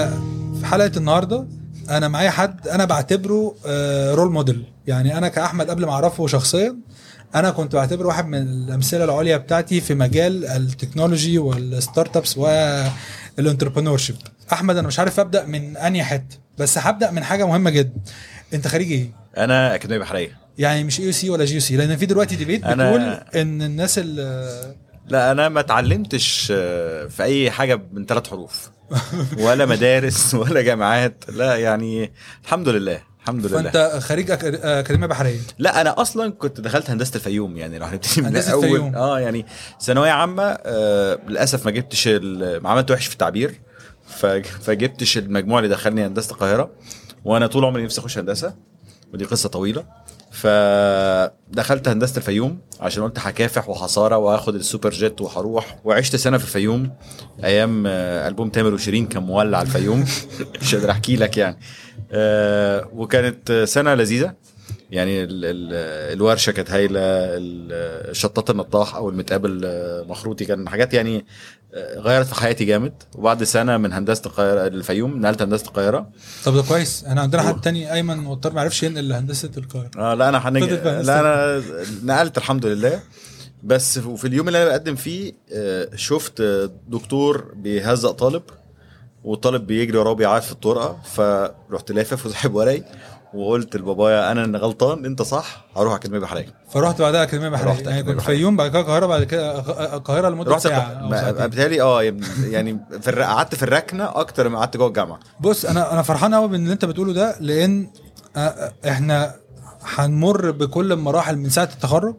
في حلقه النهارده انا معايا حد انا بعتبره آه، رول موديل يعني انا كاحمد قبل ما اعرفه شخصيا انا كنت بعتبره واحد من الامثله العليا بتاعتي في مجال التكنولوجي والستارت ابس والانتربرنور شيب احمد انا مش عارف ابدا من انهي حته بس هبدا من حاجه مهمه جدا انت خريج ايه انا اكاديميه بحريه يعني مش اي سي ولا جي سي لان في دلوقتي ديبيت أنا- بتقول ان الناس ال- لا انا ما اتعلمتش آه، في اي حاجه من ثلاث حروف ولا مدارس ولا جامعات لا يعني الحمد لله الحمد لله فانت خريج أك- آه، اكاديميه بحريه لا انا اصلا كنت دخلت هندسه الفيوم يعني لو هنبتدي من هندسة الاول الفيوم. اه يعني ثانويه عامه آه للاسف ما جبتش ال- ما عملت وحش في التعبير ف- فجبتش المجموع اللي دخلني هندسه القاهره وانا طول عمري نفسي اخش هندسه ودي قصه طويله فدخلت هندسه الفيوم عشان قلت هكافح وحصاره وهاخد السوبر جيت وهروح وعشت سنه في الفيوم ايام آه، البوم تامر وشيرين كان مولع الفيوم مش قادر احكي لك يعني آه، وكانت آه، سنه لذيذه يعني ال ال الورشه كانت هايله ال- الشطاط النطاح او المتقابل آه، مخروطي كان حاجات يعني آه، غيرت في حياتي جامد وبعد سنه من هندسه القاهره الفيوم نقلت هندسه القاهره طب ده كويس انا عندنا حد تاني ايمن مضطر ما عرفش ينقل لهندسه القاهره اه لا انا هنج... فضل في هندسة. لا انا نقلت الحمد لله بس في في اليوم اللي انا بقدم فيه آه، شفت آه، دكتور بيهزق طالب والطالب بيجري وراه بيعاد في الطرقه فرحت لافف وسحب وراي وقلت لبابايا انا اللي غلطان انت صح هروح اكلمه بحريه فرحت بعدها اكاديميه بحريه رحت يعني أكاديمية كنت بحرية. فيوم بعد كده القاهره بعد كده أغ- القاهره لمده رحت ساعه أو ساعتين. بالتالي اه يعني في الر- قعدت في الركنه اكتر ما قعدت جوه الجامعه بص انا انا فرحان قوي باللي انت بتقوله ده لان آه، احنا هنمر بكل المراحل من ساعه التخرج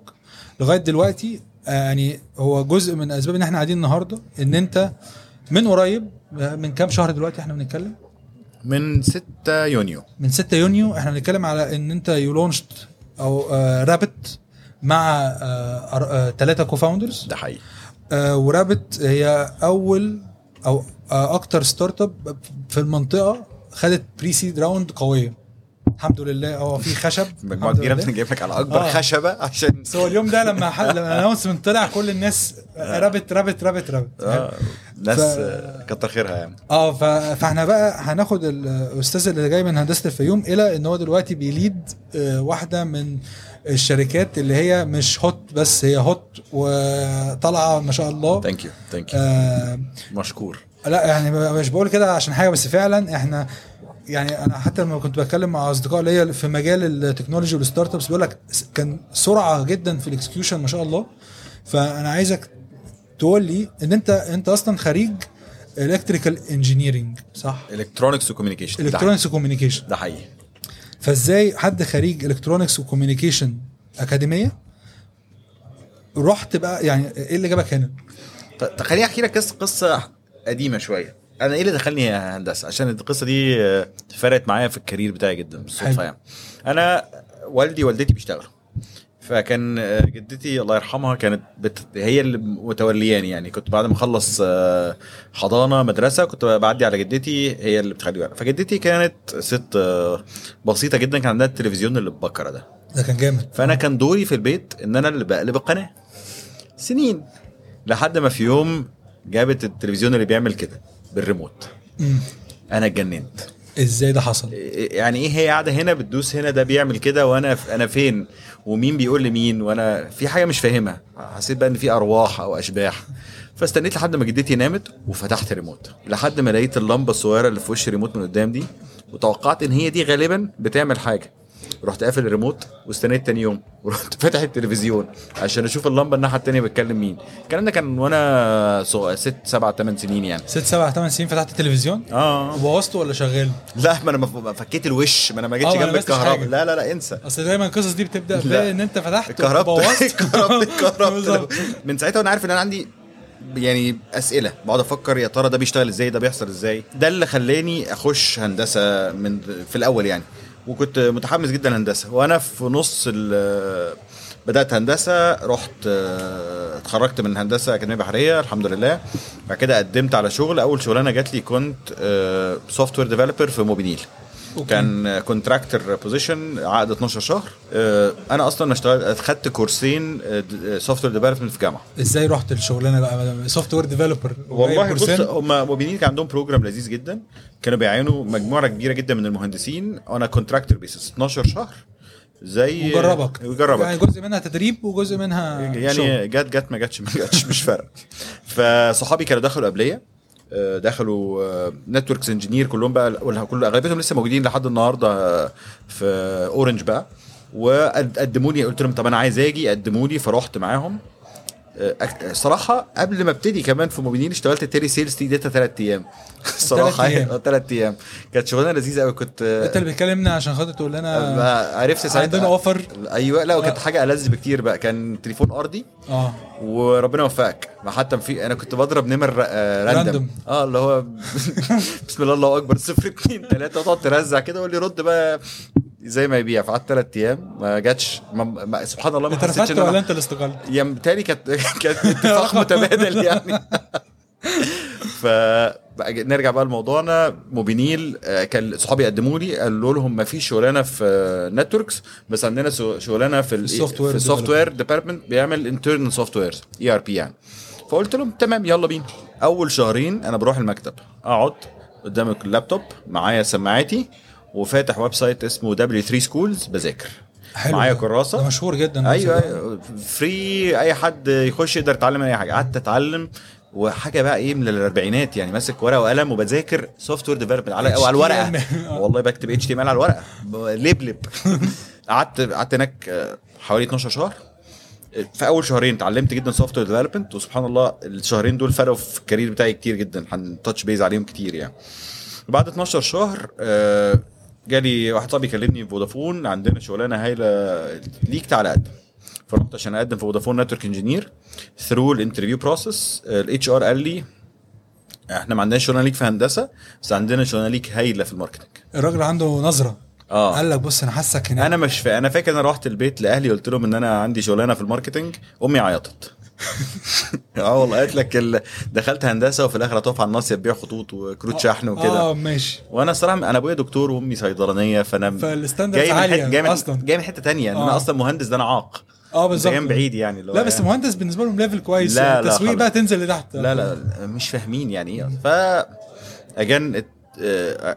لغايه دلوقتي آه، يعني هو جزء من اسباب ان احنا قاعدين النهارده ان انت من قريب آه، من كام شهر دلوقتي احنا بنتكلم من 6 يونيو من 6 يونيو احنا بنتكلم على ان انت يو لونشت او رابت آه، مع آه، ثلاثه كوفاوندرز ده حقيقي آه، ورابت هي اول او آه، اكتر ستارت اب في المنطقه خدت بري سيد راوند قويه الحمد لله اه في خشب مجموعه الحمد كبيره لله. بنجيب لك على اكبر آه. خشبه عشان بس هو اليوم ده لما حد لما الانونسمنت طلع كل الناس آه، رابت رابت رابت رابت آه، ناس ف- آه، كتر خيرها يعني اه ف- فاحنا بقى هناخد الاستاذ اللي جاي من هندسه الفيوم الى ان هو دلوقتي بيليد آه، واحده من الشركات اللي هي مش هوت بس هي هوت وطالعه ما شاء الله ثانك يو ثانك يو آه مشكور لا يعني مش بقول كده عشان حاجه بس فعلا احنا يعني انا حتى لما كنت بتكلم مع اصدقاء ليا في مجال التكنولوجي والستارت ابس بيقول لك س- كان سرعه جدا في الاكسكيوشن ما شاء الله فانا عايزك تقول لي ان انت انت اصلا خريج الكتريكال انجينيرنج صح؟ الكترونكس وكوميونيكيشن الكترونكس وكوميونيكيشن ده حقيقي فازاي حد خريج الكترونكس وكوميونيكيشن اكاديميه رحت بقى يعني ايه اللي جابك هنا؟ ط- ط- خليني احكي لك قصه قصه قديمه شويه انا ايه اللي دخلني هندسه عشان القصه دي آه، فرقت معايا في الكارير بتاعي جدا حلو. بالصدفه يعني انا والدي والدتي بيشتغلوا فكان آه، جدتي الله يرحمها كانت بت... هي اللي متولياني يعني كنت بعد ما اخلص آه، حضانه مدرسه كنت بعدي على جدتي هي اللي بتخليه وقت. فجدتي كانت ست آه، بسيطه جدا كان عندها التلفزيون اللي ببكره ده ده كان جامد فانا كان دوري في البيت ان انا اللي بقلب القناه سنين لحد ما في يوم جابت التلفزيون اللي بيعمل كده بالريموت مم. انا اتجننت ازاي ده حصل؟ إيه- يعني ايه هي قاعده هنا بتدوس هنا ده بيعمل كده وانا ف- انا فين ومين بيقول لمين وانا في حاجه مش فاهمها حسيت بقى ان في ارواح او اشباح فاستنيت لحد ما جدتي نامت وفتحت الريموت لحد ما لقيت اللمبه الصغيره اللي في وش الريموت من قدام دي وتوقعت ان هي دي غالبا بتعمل حاجه رحت قافل الريموت واستنيت تاني يوم ورحت فاتح التلفزيون عشان اشوف اللمبه الناحيه التانيه بتكلم مين الكلام ده كان وانا صغ- ست سبع ثمان سنين يعني ست سبع ثمان سنين فتحت التلفزيون اه وبوظته ولا شغال؟ لا ما انا ما- ما فكيت الوش ما انا ما آه، جيتش ما أنا جنب لبستش الكهرباء حاجة. لا لا لا انسى اصل دايما القصص دي بتبدا لا. بان انت فتحت اتكهربت وبوظت اتكهربت اتكهربت بالظبط. من ساعتها وانا عارف ان انا عندي يعني اسئله بقعد افكر يا ترى ده بيشتغل ازاي ده بيحصل ازاي ده اللي خلاني اخش هندسه من في الاول يعني وكنت متحمس جدا هندسه وانا في نص ال- بدات هندسه رحت آه، اتخرجت من هندسه اكاديميه بحريه الحمد لله بعد كده قدمت على شغل اول شغلانه جات لي كنت سوفت وير ديفلوبر آه، في موبينيل أوكي. كان كونتراكتور بوزيشن عقد 12 شهر آه، انا اصلا ما اشتغلت خدت كورسين سوفت وير ديفلوبمنت في جامعه ازاي رحت الشغلانه بقى سوفت وير ديفلوبر والله بص هم موبينيل كان عندهم بروجرام لذيذ جدا كانوا بيعينوا مجموعه كبيره جدا من المهندسين انا كونتراكتور بيسس 12 شهر زي وجربك يعني وجربك جزء منها تدريب وجزء منها شغل. يعني جت جت ما جتش ما جتش مش فارقه فصحابي كانوا دخلوا قبليه آه، دخلوا نتوركس انجينير كلهم بقى ولا كل اغلبيتهم لسه موجودين لحد النهارده آه، في اورنج بقى وقدموا لي قلت لهم طب انا عايز اجي قدموا لي فرحت معاهم آه، أك- صراحه قبل ما ابتدي كمان في موبينيل اشتغلت تيلي سيلز تي داتا ثلاث ايام صراحه أيام. ثلاث ايام آه، كانت شغلانه لذيذه قوي كنت آه، انت اللي بتكلمنا عشان خاطر تقول لنا آه، عرفت ساعتها عندنا آه. اوفر ايوه لا وكانت حاجه ألذ بكتير بقى كان تليفون ارضي اه وربنا وفقك ما حتى في انا كنت بضرب نمر آه، راندم راندم. اه اللي هو بسم الله الله اكبر صفر اتنين تلاته وتقعد ترزع كده وقول لي رد بقى زي ما يبيع فقعدت ثلاث ايام ما جاتش ما ما سبحان الله ما انت حسيتش رفضت ان ولا انا انت اللي استقلت؟ يا بالتالي كانت كانت اتفاق متبادل يعني ف بقى نرجع بقى لموضوعنا موبينيل آه، كان صحابي قدموا لي قالوا لهم ما فيش شغلانه في نتوركس بس عندنا سو- شغلانه في ال- السوفت وير في السوفت وير ديبارتمنت بيعمل انترنال سوفت وير اي ار بي يعني فقلت لهم تمام يلا بينا اول شهرين انا بروح المكتب اقعد قدام اللابتوب معايا سماعاتي وفاتح ويب سايت اسمه W3 Schools بذاكر حلو معايا ده. كراسه ده مشهور جدا ايوه ده. ايوه فري اي حد يخش يقدر يتعلم اي حاجه قعدت اتعلم وحاجه بقى ايه من الاربعينات يعني ماسك ورقه وقلم وبذاكر سوفت وير ديفلوبمنت على أو على الورقه HTML. والله بكتب اتش تي ام ال على الورقه ب- لبلب قعدت قعدت هناك آه، حوالي 12 شهر في اول شهرين اتعلمت جدا سوفت وير ديفلوبمنت وسبحان الله الشهرين دول فرقوا في الكارير بتاعي كتير جدا هنتاتش بيز عليهم كتير يعني بعد 12 شهر آه، جالي واحد صاحبي كلمني في فودافون عندنا شغلانه هايله ليك تعالى قدم فرحت عشان اقدم في فودافون نتورك انجينير ثرو الانترفيو بروسس الاتش ار قال لي احنا ما عندناش شغلانه ليك في هندسه بس عندنا شغلانه ليك هايله في الماركتنج الراجل عنده نظره آه. قال لك بص انا حاسك هناك انا مش فا... انا فاكر انا رحت البيت لاهلي قلت لهم ان انا عندي شغلانه في الماركتنج امي عيطت اه والله قالت لك ال... دخلت هندسه وفي الاخر هتقف على الناصيه تبيع خطوط وكروت شحن وكده اه ماشي وانا الصراحه انا ابويا دكتور وامي صيدلانيه فانا فالستاندردز جاي من عالية حته جاي من أصلاً. جاي من حته ثانيه ان آه. انا اصلا مهندس ده انا عاق اه ده بالظبط جاي من بعيد يعني اللي هو لا بس يعني- مهندس بالنسبه لهم ليفل كويس لا، لا، التسويق خالص. بقى تنزل لتحت لا لا مش فاهمين يعني ايه ف اجان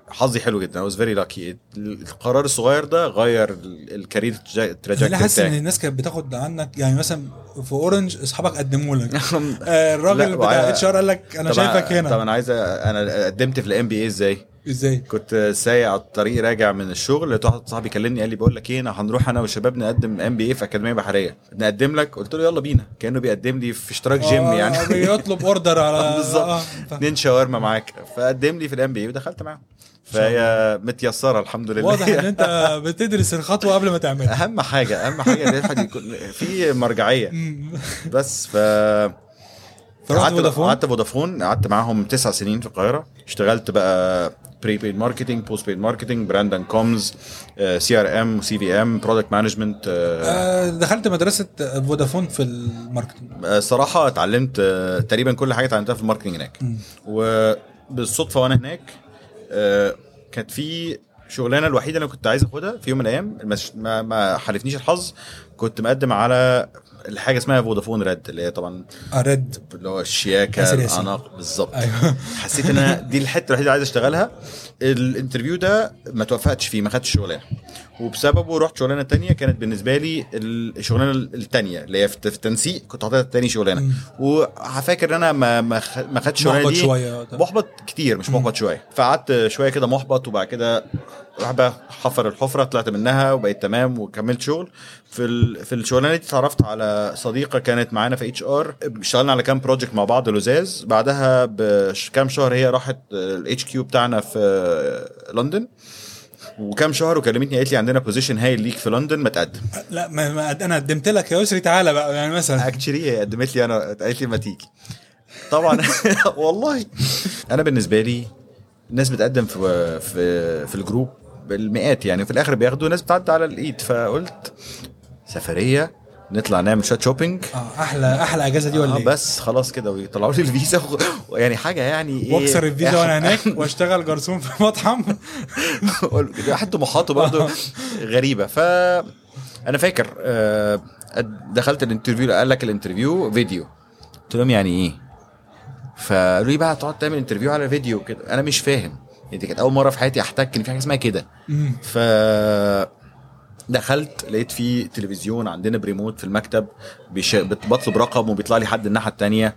حظي حلو جدا I was very lucky القرار الصغير ده غير الكارير انا تراجكتوري حاسس ان بتاعي الناس كانت بتاخد عنك يعني مثلا في اورنج اصحابك قدموا لك آه، الراجل لا، بتاع وعلى- اتش ار قال لك انا طب شايفك هنا طب انا عايز أ- انا قدمت في الام بي اي ازاي ازاي كنت سايق على الطريق راجع من الشغل لقيت واحد صاحبي كلمني قال لي بقول لك ايه انا هنروح انا والشباب نقدم ام بي اي في اكاديميه بحريه نقدم لك قلت له يلا بينا كانه بيقدم لي في اشتراك جيم آه، يعني بيطلب اوردر على بالظبط. آه، ف- اتنين شاورما معاك فقدم لي في الام بي اي ودخلت معاهم فهي متيسره الحمد لله واضح ان انت بتدرس الخطوه قبل ما تعملها اهم حاجه اهم حاجه ان الواحد يكون في مرجعيه مم. بس ف فرحت قعدت فودافون؟ قعدت فودافون قعدت معاهم تسع سنين في القاهره اشتغلت بقى بري بيد ماركتنج بوست بيد ماركتنج براند اند كومز سي ار ام سي في ام برودكت مانجمنت آه، دخلت مدرسه فودافون في الماركتنج صراحه اتعلمت آه، تقريبا كل حاجه اتعلمتها في الماركتنج هناك وبالصدفه وانا هناك آه، كانت في شغلانه الوحيده اللي أنا كنت عايز اخدها في يوم من الايام المش... ما... ما حالفنيش الحظ كنت مقدم على الحاجه اسمها فودافون ريد اللي هي طبعا ارد اللي هو الشياكه ياسر ياسين. الاناق بالظبط أيوة. حسيت ان أنا دي الحته الوحيده اللي عايز اشتغلها الانترفيو ده ما توفقتش فيه ما خدتش شغلانه وبسببه رحت شغلانه تانية كانت بالنسبه لي الشغلانه التانية اللي هي في التنسيق كنت حاططها تاني شغلانه وفاكر ان انا ما ما خ- ما خدتش الشغلانه محبط دي شوية. آه، محبط كتير مش محبط شويه فقعدت شويه كده محبط وبعد كده راح بقى حفر الحفره طلعت منها وبقيت تمام وكملت شغل في ال... في الشغلانه دي اتعرفت على صديقه كانت معانا في اتش ار اشتغلنا على كام بروجكت مع بعض لزاز بعدها بكام شهر هي راحت آه، الاتش كيو بتاعنا في آه، لندن وكام شهر وكلمتني قالت لي عندنا بوزيشن هايل ليك في لندن ما تقدم لا ما ما انا قدمت لك يا يسري تعالى بقى يعني مثلا اكشلي هي إيه، قدمت لي انا قالت لي ما تيجي طبعا والله انا بالنسبه لي الناس بتقدم في في في الجروب بالمئات يعني وفي الاخر بياخدوا ناس بتعدي على الايد فقلت سفريه نطلع نعمل شويه شوبينج اه احلى احلى اجازه دي ولا آه ايه؟ بس خلاص كده ويطلعوا لي الفيزا و... يعني حاجه يعني ايه واكسر الفيزا وانا إحنا- هناك واشتغل جرسون في مطعم قول- حد طموحاته برضه غريبه ف انا فاكر آه، دخلت الانترفيو قال لك الانترفيو فيديو قلت لهم يعني ايه فقالوا لي بقى تقعد تعمل انترفيو على فيديو كده انا مش فاهم يعني دي كانت اول مره في حياتي احتك ان في حاجه اسمها كده مم. ف دخلت لقيت في تلفزيون عندنا بريموت في المكتب بيش... بت- بطلب رقم وبيطلع لي حد الناحيه التانية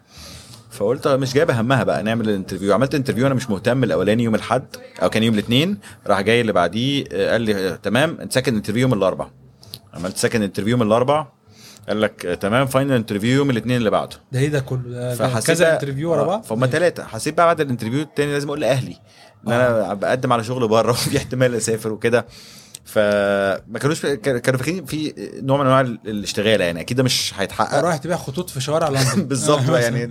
فقلت آه، مش جايبه همها بقى نعمل الانترفيو عملت انترفيو انا مش مهتم الاولاني يوم الاحد او كان يوم الاثنين راح جاي اللي بعديه آه، قال لي آه، تمام سكند انترفيو يوم الاربع عملت سكند انترفيو يوم الاربع قال لك آه، تمام فاينل انترفيو يوم الاثنين اللي بعده ده ايه ده كله ده- ده فحسيت كذا انترفيو ورا آه، بعض فهم ثلاثه حسيت بقى بعد الانترفيو التاني لازم اقول لاهلي ان آه. انا بقدم على شغل بره وفي احتمال اسافر وكده فما كانوش كانوا فاكرين في نوع من انواع ال- الاشتغاله يعني اكيد ده مش هيتحقق رايح تبيع خطوط في شوارع لندن بالظبط بقى يعني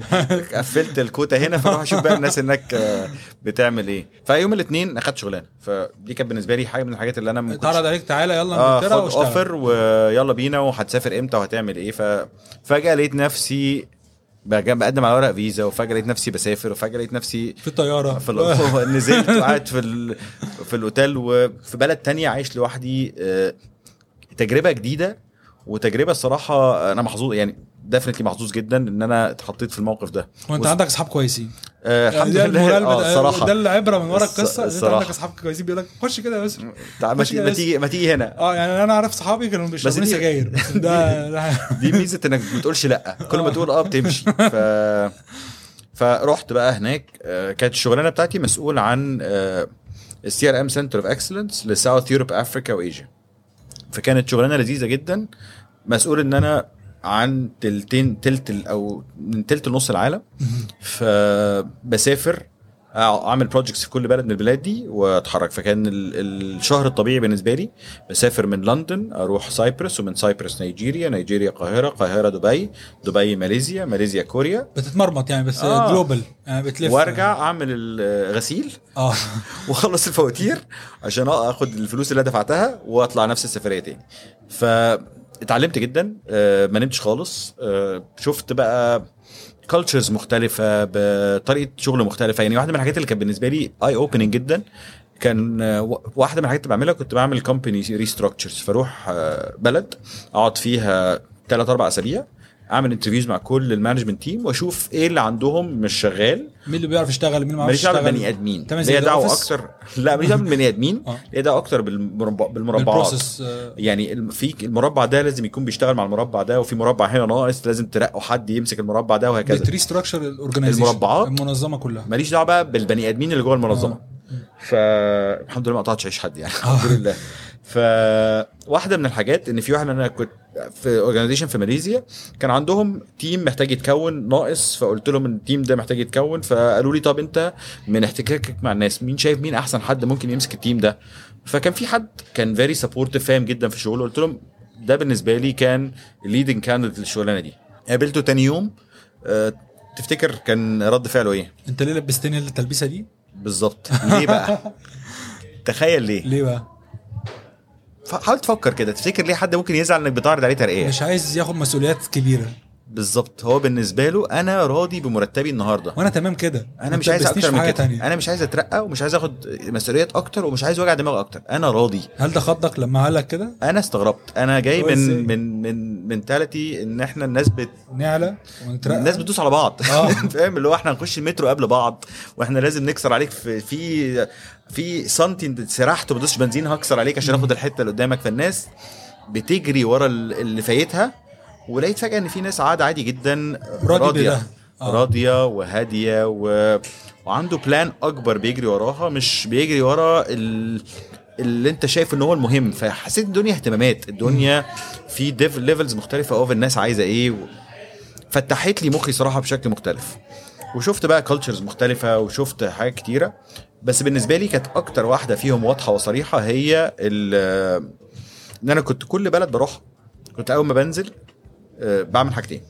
قفلت الكوتا هنا فاروح اشوف بقى الناس هناك آه، بتعمل ايه فيوم الاثنين اخدت شغلانه فدي كانت بالنسبه لي حاجه من الحاجات اللي انا ما كنتش اتعرض عليك تعالى يلا اه انجلترا خد واشتغل اوفر ويلا بينا وهتسافر امتى وهتعمل ايه ففجاه لقيت نفسي بقى- بقدم على ورق فيزا وفجاه لقيت نفسي بسافر وفجاه لقيت نفسي في طياره آه، في ال- نزلت وقعدت في ال... في الاوتيل وفي بلد تانية عايش لوحدي آه، تجربه جديده وتجربه الصراحه انا محظوظ يعني ديفنتلي محظوظ جدا ان انا اتحطيت في الموقف ده وانت وس- عندك اصحاب كويسين آه، الحمد ده لله المورال اه بدا- الصراحه ده العبره من ورا الص- القصه إن انت الصراحة. عندك اصحاب كويسين بيقول لك خش كده يا يسرا تعال ما مش تي- ما بس- تيجي ما تيجي هنا اه يعني انا اعرف صحابي كانوا بيشربوا دي- سجاير ده ده- دي ميزه انك ما بتقولش لا كل آه. ما تقول اه بتمشي ف فرحت بقى هناك آه، كانت الشغلانه بتاعتي مسؤول عن آه، السي ار ام سنتر اوف اكسلنس لساوث يوروب افريكا وايجيا فكانت شغلانه لذيذه جدا مسؤول ان انا عن تلتين تلت ال- او من تلت لنص العالم فبسافر أع- اعمل بروجكتس في كل بلد من البلاد دي واتحرك فكان ال- ال- الشهر الطبيعي بالنسبه لي بسافر من لندن اروح سايبرس ومن سايبرس نيجيريا نيجيريا القاهره القاهره دبي دبي ماليزيا ماليزيا كوريا بتتمرمط يعني بس آه. جلوبال يعني بتلف وارجع اعمل الغسيل اه واخلص الفواتير عشان اخد الفلوس اللي أنا دفعتها واطلع نفس السفريه تاني ف اتعلمت جدا آه، ما نمتش خالص آه، شفت بقى كالتشرز مختلفه بطريقه شغل مختلفه يعني واحده من الحاجات اللي كانت بالنسبه لي اي اوبننج جدا كان آه، وا- واحده من الحاجات اللي بعملها كنت بعمل كومباني ريستراكشرز فاروح آه، بلد اقعد فيها ثلاث اربع اسابيع اعمل انترفيوز مع كل المانجمنت تيم واشوف ايه اللي عندهم مش شغال مين اللي بيعرف يشتغل مين اللي ما بيعرفش ماليش دعوه يشتغل بالبني ادمين تمام زي ليا The دعوه Office. اكتر لا ماليش دعوه بالبني ادمين آه. ليا دعوه اكتر بالمربع... بالمربعات بالبروسيس آه، يعني الم- في المربع ده لازم يكون بيشتغل مع المربع ده وفي مربع هنا ناقص لازم ترقوا حد يمسك المربع ده وهكذا بتريستراكشر الاورجنايزيشن المربعات. المنظمه كلها ماليش دعوه بقى بالبني ادمين اللي جوه المنظمه فالحمد لله ما قطعتش عيش حد يعني الحمد لله فواحده من الحاجات ان في واحد انا كنت في اورجانيزيشن في ماليزيا كان عندهم تيم محتاج يتكون ناقص فقلت لهم ان التيم ده محتاج يتكون فقالوا لي طب انت من احتكاكك مع الناس مين شايف مين احسن حد ممكن يمسك التيم ده فكان في حد كان فيري سبورتيف فاهم جدا في شغله قلت لهم ده بالنسبه لي كان الليدنج كانديديت للشغلانه دي قابلته تاني يوم آه، تفتكر كان رد فعله ايه؟ انت ليه لبستني التلبيسه دي؟ بالظبط ليه بقى تخيل ليه ليه بقى؟ ف- حاول تفكر كده تفتكر ليه حد ممكن يزعل انك بتعرض عليه ترقيه مش عايز ياخد مسؤوليات كبيره بالظبط هو بالنسبه له انا راضي بمرتبي النهارده وانا تمام كده انا ما مش عايز تلبسنيش اكتر في من حاجه كده تانية انا مش عايز اترقى ومش عايز اخد مسؤوليات اكتر ومش عايز وجع دماغ اكتر انا راضي هل ده خضك لما قال لك كده؟ انا استغربت انا جاي هو إزاي؟ من من من منتاليتي ان احنا الناس بت نعلى ونترقى الناس بتدوس على بعض آه. فاهم اللي هو احنا هنخش المترو قبل بعض واحنا لازم نكسر عليك في في في سنتي انت سرحت وما دوستش بنزين هكسر عليك عشان اخد الحته اللي قدامك فالناس بتجري ورا ال- اللي فايتها ولقيت فجاه ان في ناس عاد عادي جدا راضي بده. راضيه آه. راضيه وهاديه و... وعنده بلان اكبر بيجري وراها مش بيجري ورا ال... اللي انت شايف ان هو المهم فحسيت الدنيا اهتمامات الدنيا في ديف ليفلز مختلفه اوف الناس عايزه ايه و... فتحت لي مخي صراحه بشكل مختلف وشفت بقى كالتشرز مختلفه وشفت حاجات كتيره بس بالنسبه لي كانت اكتر واحده فيهم واضحه وصريحه هي ال- ان انا كنت كل بلد بروح كنت اول ما بنزل آه، بعمل حاجتين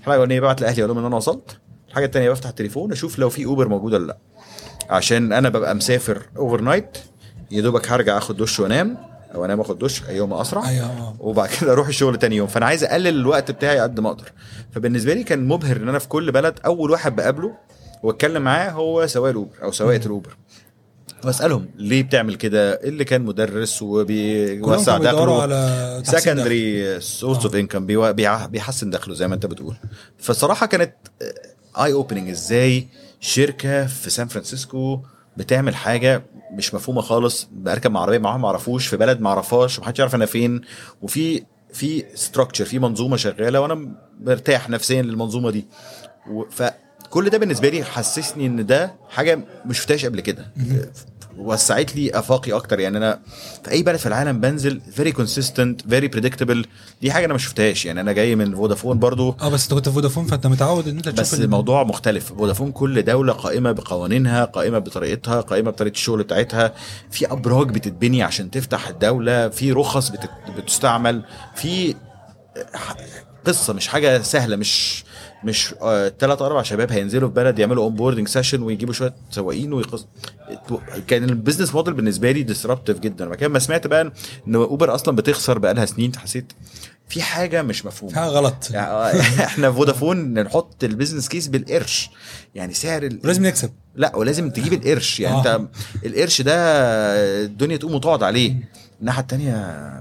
الحاجه الاولانيه ببعت لاهلي اقول لهم ان انا وصلت الحاجه الثانيه بفتح التليفون اشوف لو في اوبر موجود ولا لا عشان انا ببقى مسافر اوفر نايت يا دوبك هرجع اخد دش وانام او انام واخد دش ايهما اسرع ايوه آه. وبعد كده اروح الشغل تاني يوم فانا عايز اقلل الوقت بتاعي قد ما اقدر فبالنسبه لي كان مبهر ان انا في كل بلد اول واحد بقابله واتكلم معاه هو سواق الاوبر او سواقه الاوبر واسالهم ليه بتعمل كده ايه اللي كان مدرس كلهم وبيوسع كانوا بيدوروا دخله على تحسين دخل. آه. سكندري سورس اوف انكم بيحسن دخله زي ما انت بتقول فصراحه كانت اي اوبننج ازاي شركه في سان فرانسيسكو بتعمل حاجه مش مفهومه خالص بركب مع عربيه معاهم ما اعرفوش في بلد ما اعرفهاش محدش يعرف انا فين وفي في ستراكشر في منظومه شغاله وانا مرتاح نفسيا للمنظومه دي و- فكل ده بالنسبه لي حسسني ان ده حاجه مش شفتهاش قبل كده وسعت لي افاقي اكتر يعني انا في اي بلد في العالم بنزل فيري كونسيستنت فيري بريدكتبل دي حاجه انا ما شفتهاش يعني انا جاي من فودافون برضو اه بس انت كنت في فودافون فانت متعود ان انت تشوف بس ال- الموضوع مختلف فودافون كل دولة قائمة بقوانينها قائمة بطريقتها قائمة بطريقة الشغل بتاعتها في أبراج بتتبني عشان تفتح الدولة في رخص بتت... بتستعمل في ح- قصة مش حاجة سهلة مش مش آه، تلات أربع شباب هينزلوا في بلد يعملوا اون بوردنج سيشن ويجيبوا شوية سواقين ويقص كان البيزنس موديل بالنسبة لي ديسربتيف جدا مكان ما سمعت بقى إن أوبر أصلا بتخسر بقالها سنين حسيت في حاجة مش مفهومة حاجه غلط يعني آه، احنا في فودافون نحط البيزنس كيس بالقرش يعني سعر ال... ولازم نكسب لا ولازم تجيب القرش يعني آه. انت القرش ده الدنيا تقوم وتقعد عليه الناحيه التانية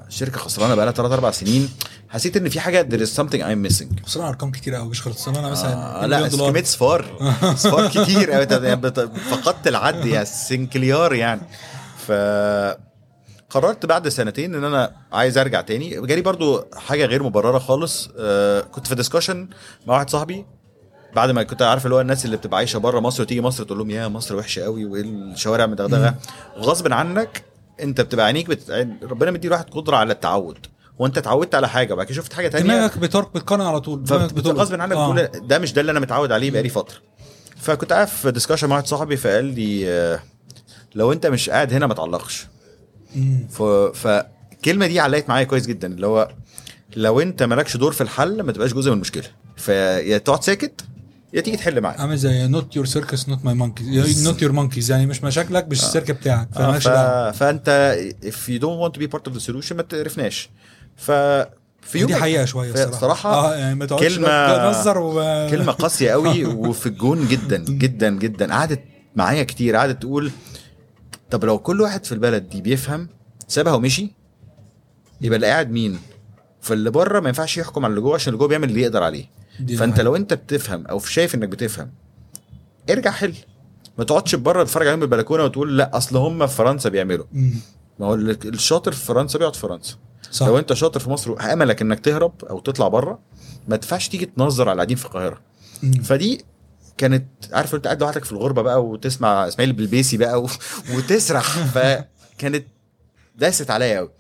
الشركه خسرانه بقالها 3 4 سنين حسيت ان في حاجه there is something I'm missing خسران ارقام كتير قوي مش خسران انا مثلا آه لا مليون دولار. كمية صفار صفار كتير أوي. أنت بت- فقدت العد يا سنكليار يعني ف قررت بعد سنتين ان انا عايز ارجع تاني جالي برضو حاجه غير مبرره خالص آه كنت في ديسكشن مع واحد صاحبي بعد ما كنت عارف اللي هو الناس اللي بتبقى عايشه بره مصر وتيجي مصر تقول لهم يا مصر وحشه قوي وايه الشوارع مدغدغه غصب عنك انت بتبقى عينيك بت... ربنا مدي الواحد قدره على التعود وانت اتعودت على حاجه وبعد كده شفت حاجه تانية دماغك بترك بتقارن على طول دماغك بتقول- فغصب عنك آه. بتقول ده مش ده اللي انا متعود عليه بقالي فتره فكنت قاعد في ديسكشن مع واحد صاحبي فقال لي آه، لو انت مش قاعد هنا ما تعلقش مم. ف... فالكلمه دي علقت معايا كويس جدا اللي هو لو انت مالكش دور في الحل ما تبقاش جزء من المشكله فيا تقعد ساكت يا تيجي تحل معايا عامل زي نوت يور سيركس نوت ماي مونكيز نوت يور مونكيز يعني مش مشاكلك مش السيرك بتاعك آه، فمالكش ف... دعوه فانت if you don't want to be part of the solution ما تعرفناش ف في يوم دي حقيقه شويه ف- الصراحه صراحة اه يعني ما تقعدش كلمة- بقى تنظر و... كلمه قاسيه قوي وفي الجون جدا جدا جدا قعدت معايا كتير قعدت تقول طب لو كل واحد في البلد دي بيفهم سابها ومشي يبقى اللي قاعد مين فاللي بره ما ينفعش يحكم على اللي جوه عشان اللي جوه بيعمل اللي يقدر عليه دي فانت حقيقة. لو انت بتفهم او شايف انك بتفهم ارجع حل ما تقعدش بره تتفرج عليهم من البلكونه وتقول لا اصل هم في فرنسا بيعملوا مم. ما هو ال- الشاطر في فرنسا بيقعد في فرنسا صح لو انت شاطر في مصر واملك انك تهرب او تطلع بره ما تنفعش تيجي تنظر على القاعدين في القاهره مم. فدي كانت عارف انت قاعد لوحدك في الغربه بقى وتسمع اسماعيل بلبيسي بقى و... وتسرح فكانت داست عليا قوي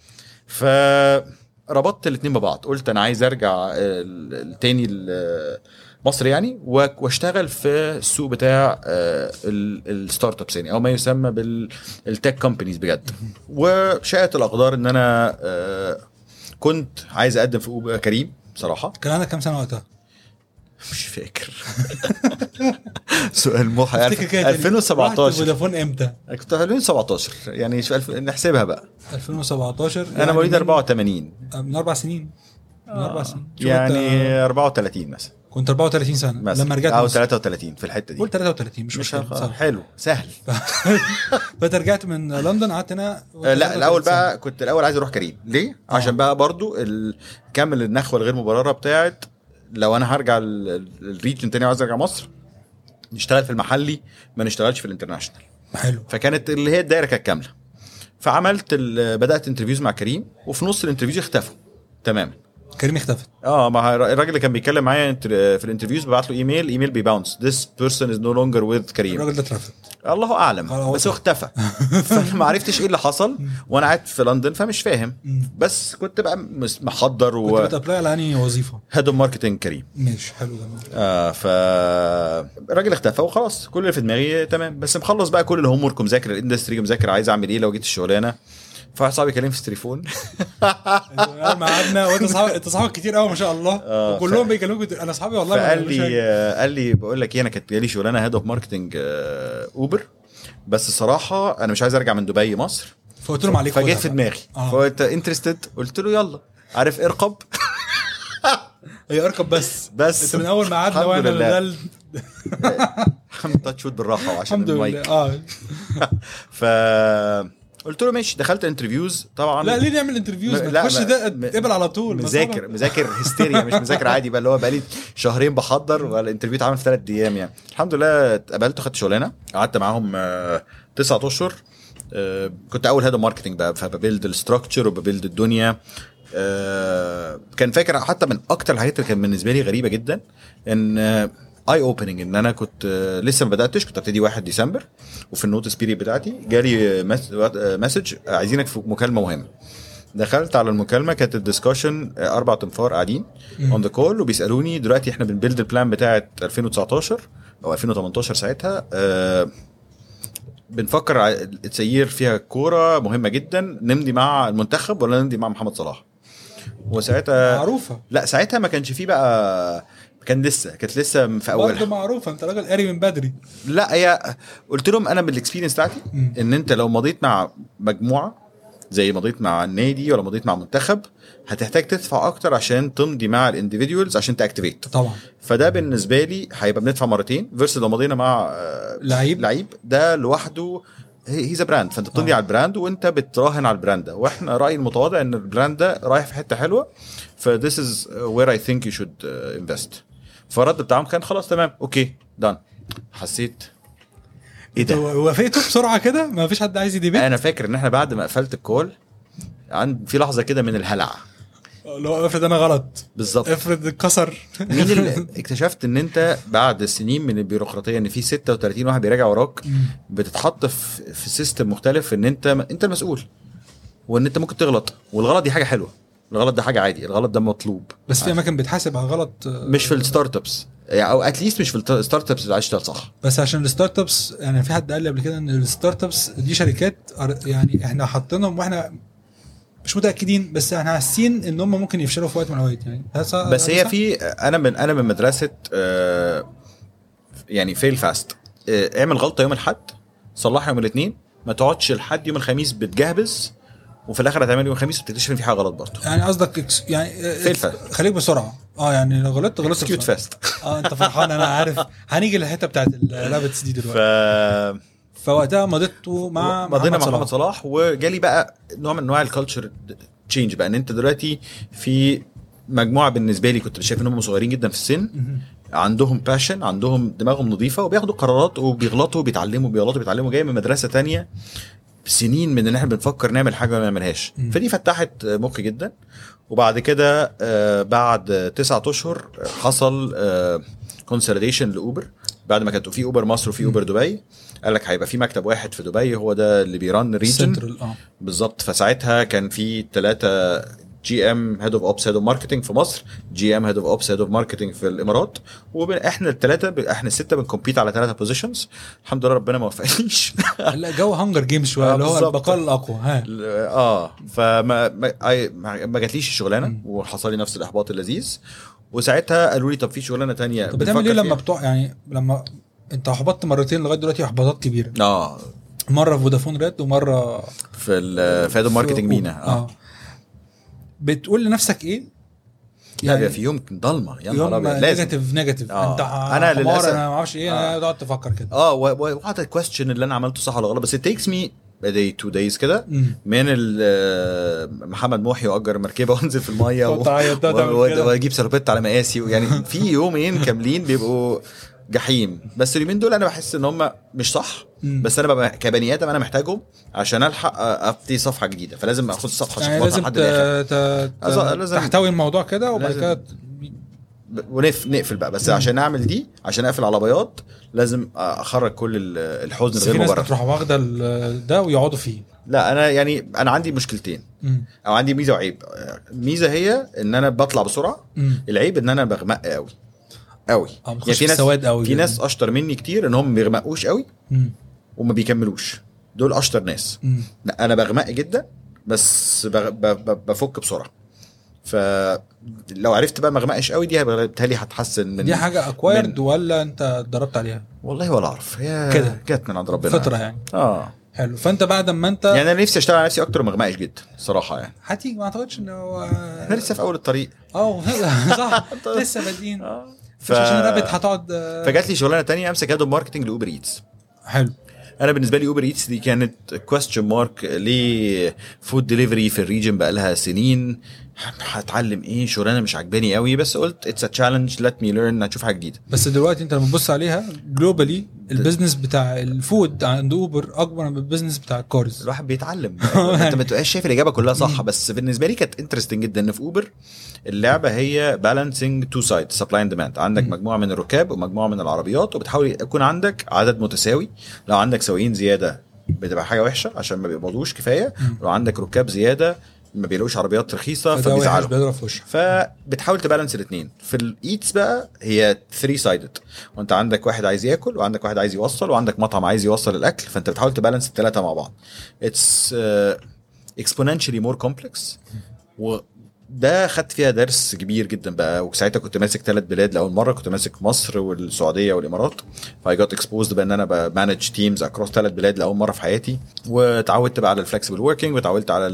فربطت الاتنين ببعض قلت انا عايز ارجع ال- ال- تاني ال- مصر يعني و- واشتغل في السوق بتاع آه، ال- الستارت ابس يعني او ما يسمى بالتك كومبانيز بجد وشاءت الاقدار ان انا آه، كنت عايز اقدم في أوبر- كريم بصراحه كان عندك كام سنه وقتها؟ مش فاكر سؤال محرج افتكر كده تاني. رحت 2017 فودافون امتى؟ أنا كنت 2017 يعني شو الف... نحسبها بقى 2017 انا مواليد 84 يعني من اربع سنين من اربع سنين شوف يعني أنت- 34 مثلا كنت 34 سنه مثلا لما رجعت او مصر. 33 في الحته دي قول 33 مش مش مشكله هخ... صح. حلو سهل فانت رجعت من لندن قعدت هنا آه، لا الاول بقى كنت الاول عايز اروح كريم ليه آه. عشان بقى برضو ال... كمل النخوه الغير مبرره بتاعت لو انا هرجع ال- ال- الريجن تاني وعايز ارجع مصر نشتغل في المحلي ما نشتغلش في الانترناشونال حلو فكانت اللي هي الدايره كانت كامله فعملت ال- بدات انترفيوز مع كريم وفي نص الانترفيوز اختفوا تماما كريم اختفى اه ما الر- الراجل اللي كان بيتكلم معايا انت- في الانترفيوز ببعت له ايميل ايميل بيباونس ذس بيرسون از نو لونجر وذ كريم الراجل ده اترفض الله اعلم خلاص. بس هو اختفى فانا ما عرفتش ايه اللي حصل وانا قاعد في لندن فمش فاهم مم. بس كنت بقى مس- محضر كنت و بتابلاي على انهي وظيفه؟ هيد اوف ماركتنج كريم يعني ماشي حلو جميل آه ف الراجل اختفى وخلاص كل اللي في دماغي تمام بس مخلص بقى كل الهوم ورك ومذاكر الاندستري ومذاكر عايز اعمل ايه لو جيت الشغلانه فواحد صاحبي كلمني في التليفون ما قعدنا وانت صحابك انت صحابك كتير قوي ما شاء الله آه، وكلهم بيكلموك بت- انا صحابي والله ما- فقال مش عارف. لي آه، قال لي بقول لك ايه انا كانت جالي آه، شغلانه هيد اوف ماركتنج اوبر بس الصراحه انا مش عايز ارجع من دبي مصر فقلت لهم عليك فجه خدها في بقى. دماغي آه. فقلت انترستد قلت له يلا عارف ارقب هي اركب بس بس انت من اول ما قعدنا الحمد وانا لله. ده ال- تاتش شوت بالراحه وعشان الحمد المايك لله اه ف قلت له ماشي دخلت انترفيوز طبعا لا ليه نعمل انترفيوز لا، ما تخش ما- ده م- تقبل على طول ما مذاكر طبعا. مذاكر هستيريا مش مذاكر عادي بقى اللي هو بقالي شهرين بحضر والانترفيو اتعمل في ثلاث ايام يعني الحمد لله اتقبلت وخدت شغلانه قعدت معاهم آه، تسعة اشهر آه، كنت اول هذا ماركتنج بقى فببيلد الستراكشر وببيلد الدنيا آه، كان فاكر حتى من اكتر الحاجات اللي كانت بالنسبه لي غريبه جدا ان اي اوبننج ان انا كنت آه، لسه ما بداتش كنت ابتدي 1 ديسمبر وفي النوتس بيريد بتاعتي جالي مسج عايزينك في مكالمه مهمه دخلت على المكالمه كانت الديسكشن اربع تنفار قاعدين اون ذا كول وبيسالوني دلوقتي احنا بنبيلد البلان بتاعه 2019 او 2018 ساعتها آه، بنفكر ع- التسيير فيها كوره مهمه جدا نمضي مع المنتخب ولا نمضي مع محمد صلاح وساعتها معروفه لا ساعتها ما كانش فيه بقى كان لسه كانت لسه في اولها برضه معروفه انت راجل قاري من بدري لا هي قلت لهم انا بالاكسبيرينس بتاعتي مم. ان انت لو مضيت مع مجموعه زي مضيت مع النادي ولا مضيت مع منتخب هتحتاج تدفع اكتر عشان تمضي مع الانديفيديوالز عشان تاكتيفيت طبعا فده بالنسبه لي هيبقى بندفع مرتين فيرسز لو مضينا مع آه، لعيب. لعيب ده لوحده هيز براند فانت بتمضي على البراند وانت بتراهن على البراند ده واحنا رايي المتواضع ان البراند ده رايح في حته حلوه فذس از وير اي ثينك يو شود انفست فالرد uh, بتاعهم كان خلاص تمام اوكي دان حسيت ايه ده هو- وافقتوا بسرعه كده ما فيش حد عايز يديبيت انا فاكر ان احنا بعد ما قفلت الكول عند في لحظه كده من الهلع آه، لو افرض انا غلط بالظبط افرض اتكسر مين اللي اكتشفت ان انت بعد سنين من البيروقراطيه ان في 36 واحد بيراجع وراك بتتحط في في سيستم مختلف ان انت انت المسؤول وان انت ممكن تغلط والغلط دي حاجه حلوه الغلط ده حاجه عادي الغلط ده مطلوب بس في اماكن بتحاسب على غلط آه، مش في الستارت ابس يعني او اتليست مش في الستارت ابس اللي عايز تشتغل صح بس عشان الستارت ابس يعني في حد قال لي قبل كده ان الستارت ابس دي شركات أر- يعني احنا حاطينهم واحنا مش متاكدين بس احنا حاسين ان هم ممكن يفشلوا في وقت من الاوقات يعني ده صح- بس ده هي صح؟ في انا من انا من مدرسه آه، يعني فيل فاست اعمل غلطه يوم الاحد صلحها يوم الاثنين ما تقعدش لحد يوم الخميس بتجهبز وفي الاخر هتعمل يوم الخميس وتكتشف ان في حاجه غلط برضه يعني قصدك إكس- يعني آه، فلفل. خليك بسرعه اه يعني لو غلطت غلطت كيوت بسرعة. فاست اه انت فرحان انا عارف هنيجي للحته بتاعت اللابتس دي ف دلوقتي فوقتها مضيته مع مضينا مع آه، محمد صلاح صلاح وجالي بقى نوع من انواع الكالتشر تشينج بقى ان انت دلوقتي في مجموعه بالنسبه لي كنت شايف انهم صغيرين جدا في السن مهم. عندهم باشن عندهم دماغهم نظيفه وبياخدوا قرارات وبيغلطوا وبيتعلموا بيغلطوا بيتعلموا جاي من مدرسه تانية سنين من ان احنا بنفكر نعمل حاجه ولا ما نعملهاش مم. فدي فتحت مخي جدا وبعد كده آه، بعد تسعة اشهر حصل كونسوليديشن لاوبر بعد ما كانت في اوبر مصر وفي اوبر دبي قال لك هيبقى في مكتب واحد في دبي هو ده اللي بيرن ريجن سنترال اه بالظبط فساعتها كان في ثلاثة جي ام هيد اوف اوبس هيد اوف ماركتنج في مصر جي ام هيد اوف اوبس هيد اوف ماركتنج في الامارات واحنا الثلاثه احنا السته بنكمبيت على ثلاثه بوزيشنز الحمد لله ربنا ما وفقنيش لا جو هانجر جيم شويه آه، اللي هو بالظبط. البقاء الاقوى ها ال- اه فما ما, I- ما ما جاتليش الشغلانه وحصل لي نفس الاحباط اللذيذ وساعتها قالوا لي طب في شغلانه تانية طب بتعمل ايه بنفكر لما فيها. بتوع يعني لما انت احبطت مرتين لغايه دلوقتي احباطات كبيره اه مره في فودافون ريد ومره في ال في هيد اوف ماركتنج مينا اه, اه بتقول لنفسك ايه؟ لا بيبقى يعني في يوم ضلمه يا نهار يعني يوم ابيض لازم نيجاتيف نيجاتيف آه. انت أنا حمار، للأسف- انا ما اعرفش ايه آه. انا تقعد تفكر كده اه وقعد الكويستشن اللي انا عملته صح ولا غلط بس it takes me a day two days كده مم. من ال- آه، محمد محي واجر مركبه وانزل في الميه و- تقعد تعيط، تقعد و- تعمل و- كده. واجيب سربت على مقاسي يعني في يومين كاملين بيبقوا جحيم بس اليومين دول انا بحس ان هم مش صح مم. بس انا ببقى كبني ادم انا محتاجهم عشان الحق آه، ابتدي صفحه جديده فلازم اخد الصفحه يعني أظبطها لازم لحد الاخر ت- ت- أظن- ت- لازم- تحتوي الموضوع كده وبعد لازم- كده ب- ونقف نقفل بقى بس عشان اعمل دي عشان اقفل على بياض لازم اخرج كل ال- الحزن بس في غير ناس مبرر بتروح واخده ال- ده ويقعدوا فيه لا انا يعني انا عندي مشكلتين مم. او عندي ميزه وعيب ميزه هي ان انا بطلع بسرعه مم. العيب ان انا بغمق قوي قوي اه بتخش في سواد قوي في يعني. ناس اشطر مني كتير ان هم ما بيغمقوش قوي مم. وما بيكملوش دول اشطر ناس مم. لا انا بغمق جدا بس بغ... ب... ب... بفك بسرعه فلو عرفت بقى ما اغمقش قوي دي هيبقى- بتهيألي هتحسن من دي حاجه اكوايرد ولا انت اتدربت عليها؟ والله ولا اعرف هي كده. جت من عند ربنا فطره يعني اه حلو فانت بعد ما انت يعني انا نفسي اشتغل على نفسي اكتر وما اغمقش جدا صراحه يعني هتيجي ما اعتقدش ان هو احنا لسه في اول الطريق اه صح لسه بادئين اه ف... عشان رابط هتقعد آه، فجات لي شغلانه تانية امسك ادوب ماركتنج لاوبر ايتس حلو انا بالنسبه لي اوبر ايتس دي كانت كويستشن مارك لفود ديليفري في الريجن بقى لها سنين هتعلم ايه شغلانه مش عجباني قوي بس قلت اتس ا تشالنج ليت مي ليرن هتشوف حاجه جديده بس دلوقتي انت لما تبص عليها جلوبالي البيزنس بتاع الفود عند اوبر اكبر من البيزنس بتاع الكارز الواحد بيتعلم يعني انت ما تبقاش شايف الاجابه كلها صح بس بالنسبه لي كانت انترستنج جدا ان في اوبر اللعبه هي بالانسنج تو سايد سبلاي اند ديماند عندك مم. مجموعه من الركاب ومجموعه من العربيات وبتحاول يكون عندك عدد متساوي لو عندك سواقين زياده بتبقى حاجه وحشه عشان ما بيقبضوش كفايه مم. لو عندك ركاب زياده ما بيلاقوش عربيات رخيصه فده وحش فبيزعلوا بيضرب في وشك فبتحاول تبالانس الاثنين في الايتس بقى هي 3 سايدد وانت عندك واحد عايز ياكل وعندك واحد عايز يوصل وعندك مطعم عايز يوصل الاكل فانت بتحاول تبالانس الثلاثه مع بعض آه، اتس اكسبوننشلي مور كومبلكس وده خدت فيها درس كبير جدا بقى وساعتها كنت ماسك ثلاث بلاد لاول مره كنت ماسك مصر والسعوديه والامارات فاي جوت اكسبوزد بان انا بمانج تيمز اكروس ثلاث بلاد لاول مره في حياتي واتعودت بقى على الفلكسبل وركينج واتعودت على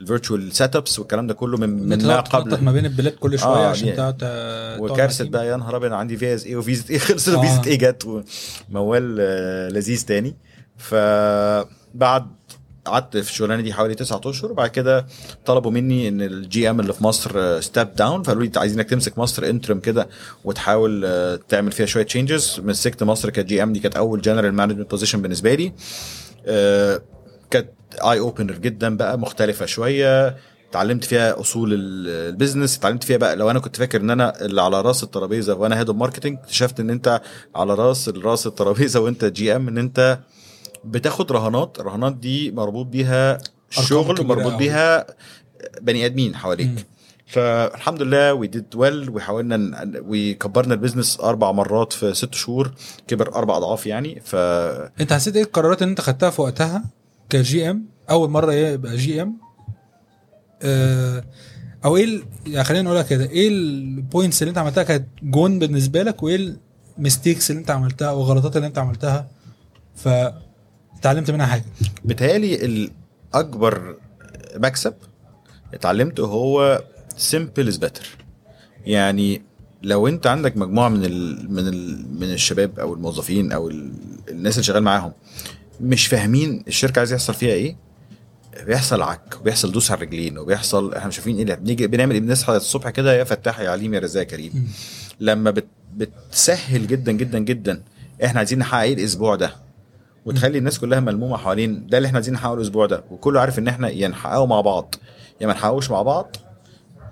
الفيرتشوال سيت ابس والكلام ده كله من من ما بتطلع قبل تنطط ما بين البلاد كل شويه آه، عشان يعني. تعرف ت- وكارثه تقعد بقى يا نهار ابيض عندي فيز ايه وفيزا ايه خلصت آه. وفيزا ايه جت وموال آه، لذيذ تاني فبعد قعدت في الشغلانه دي حوالي تسعة اشهر وبعد كده طلبوا مني ان الجي ام اللي في مصر ستاب داون فقالوا لي "أنت عايزينك تمسك مصر انترم كده وتحاول آه، تعمل فيها شويه تشينجز مسكت مصر كجي ام دي كانت اول جنرال مانجمنت بوزيشن بالنسبه لي آه، كانت اي اوبنر جدا بقى مختلفه شويه اتعلمت فيها اصول ال- البيزنس اتعلمت فيها بقى لو انا كنت فاكر ان انا اللي على راس الترابيزه وانا هيد اوف ماركتنج اكتشفت ان انت على راس راس الترابيزه وانت جي ام ان انت بتاخد رهانات الرهانات دي مربوط بيها شغل كبيرة مربوط أوي. بيها بني ادمين حواليك مم. فالحمد لله وي ديد ويل وحاولنا ن- وكبرنا البيزنس اربع مرات في ست شهور كبر اربع اضعاف يعني ف انت حسيت ايه القرارات اللي انت خدتها في وقتها كجي ام اول مره يبقى جي ام آه، او ايه ال- يعني خلينا نقولها كده ايه البوينتس اللي انت عملتها كانت جون بالنسبه لك وايه الميستيكس اللي انت عملتها والغلطات اللي انت عملتها فتعلمت منها حاجه بتهيألي الأكبر مكسب اتعلمته هو simple is better يعني لو انت عندك مجموعه من ال من ال من الشباب او الموظفين او ال الناس اللي شغال معاهم مش فاهمين الشركه عايز يحصل فيها ايه بيحصل عك وبيحصل دوس على الرجلين وبيحصل احنا مش عارفين ايه اللي بنيجي بنعمل ايه بنصحى الصبح كده يا فتاح يا عليم يا رزاق يا مم. كريم لما بت بتسهل جدا جدا جدا احنا عايزين نحقق ايه الاسبوع ده وتخلي الناس كلها ملمومه حوالين ده اللي احنا عايزين نحققه الاسبوع ده وكله عارف ان احنا يا نحققه مع بعض يا ما نحققوش مع بعض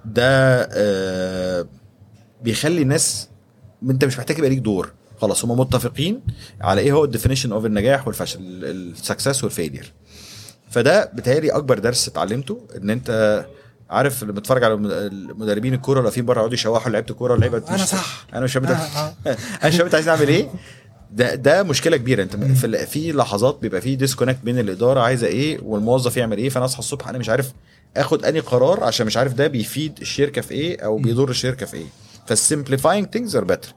ده آه بيخلي الناس انت مش محتاج يبقى ليك دور خلاص هم متفقين على ايه هو الديفينيشن اوف النجاح والفشل السكسس والفيلير فده بتهيألي اكبر درس اتعلمته ان انت عارف لما تتفرج على المدربين الكوره اللي واقفين بره يقعدوا يشوحوا لعيبه الكوره واللعيبه أنا صح. انا مش فاهم أنا- ده- انا مش فاهم انت عايز اعمل ايه ده ده مشكله كبيره انت في ال- في لحظات بيبقى في ديسكونكت بين الاداره عايزه ايه والموظف يعمل ايه فانا اصحى الصبح انا مش عارف اخد اني قرار عشان مش عارف ده بيفيد الشركه في ايه او بيضر الشركه في ايه فالسمبليفاينج ثينجز ار بيتر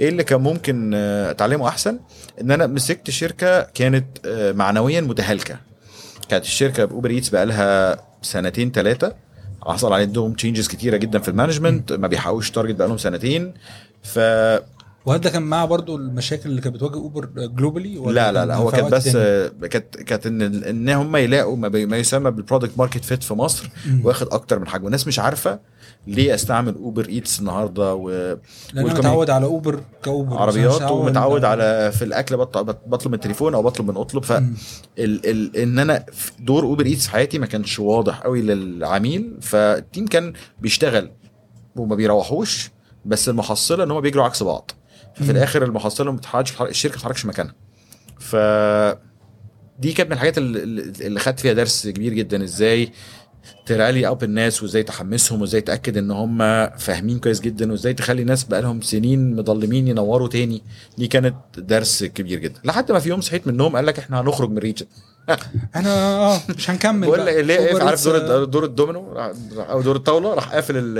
ايه اللي كان ممكن آه، اتعلمه احسن ان انا مسكت شركه كانت آه، معنويا متهالكه كانت الشركه باوبر ايتس بقى لها سنتين ثلاثه حصل عليهم تشينجز كتيره جدا في المانجمنت ما بيحققوش تارجت بقى لهم سنتين ف وهل ده كان معاه برضو المشاكل اللي كانت بتواجه اوبر جلوبالي لا لا لا هو كانت بس كانت كانت ان ان هم يلاقوا ما, بي- ما يسمى بالبرودكت ماركت فيت في مصر واخد اكتر من حجمه الناس مش عارفه ليه استعمل اوبر ايتس النهارده و لان انا والكم- متعود على اوبر كاوبر مش عربيات متعود- ومتعود على في الاكل بط- بط- بطلب من التليفون او بطلب من اطلب ف مم. ال ال ان انا في دور اوبر ايتس في حياتي ما كانش واضح قوي للعميل فالتيم كان بيشتغل وما بيروحوش بس المحصله ان هم بيجروا عكس بعض ففي مم. الاخر المحصله ما بتتحركش الشركه ما بتتحركش مكانها ف دي كانت من الحاجات اللي- اللي اللي خدت فيها درس كبير جدا ازاي ترالي اب الناس وازاي تحمسهم وازاي تاكد ان هم فاهمين كويس جدا وازاي تخلي ناس بقالهم سنين مضلمين ينوروا تاني دي كانت درس كبير جدا لحد ما في يوم صحيت من النوم قال لك احنا هنخرج من ريجن انا اه مش هنكمل بقول بقى. لك ليه Uber إيه؟ عارف Eats، دور آه، الد- دور الدومينو راح- او دور الطاوله راح قافل ال-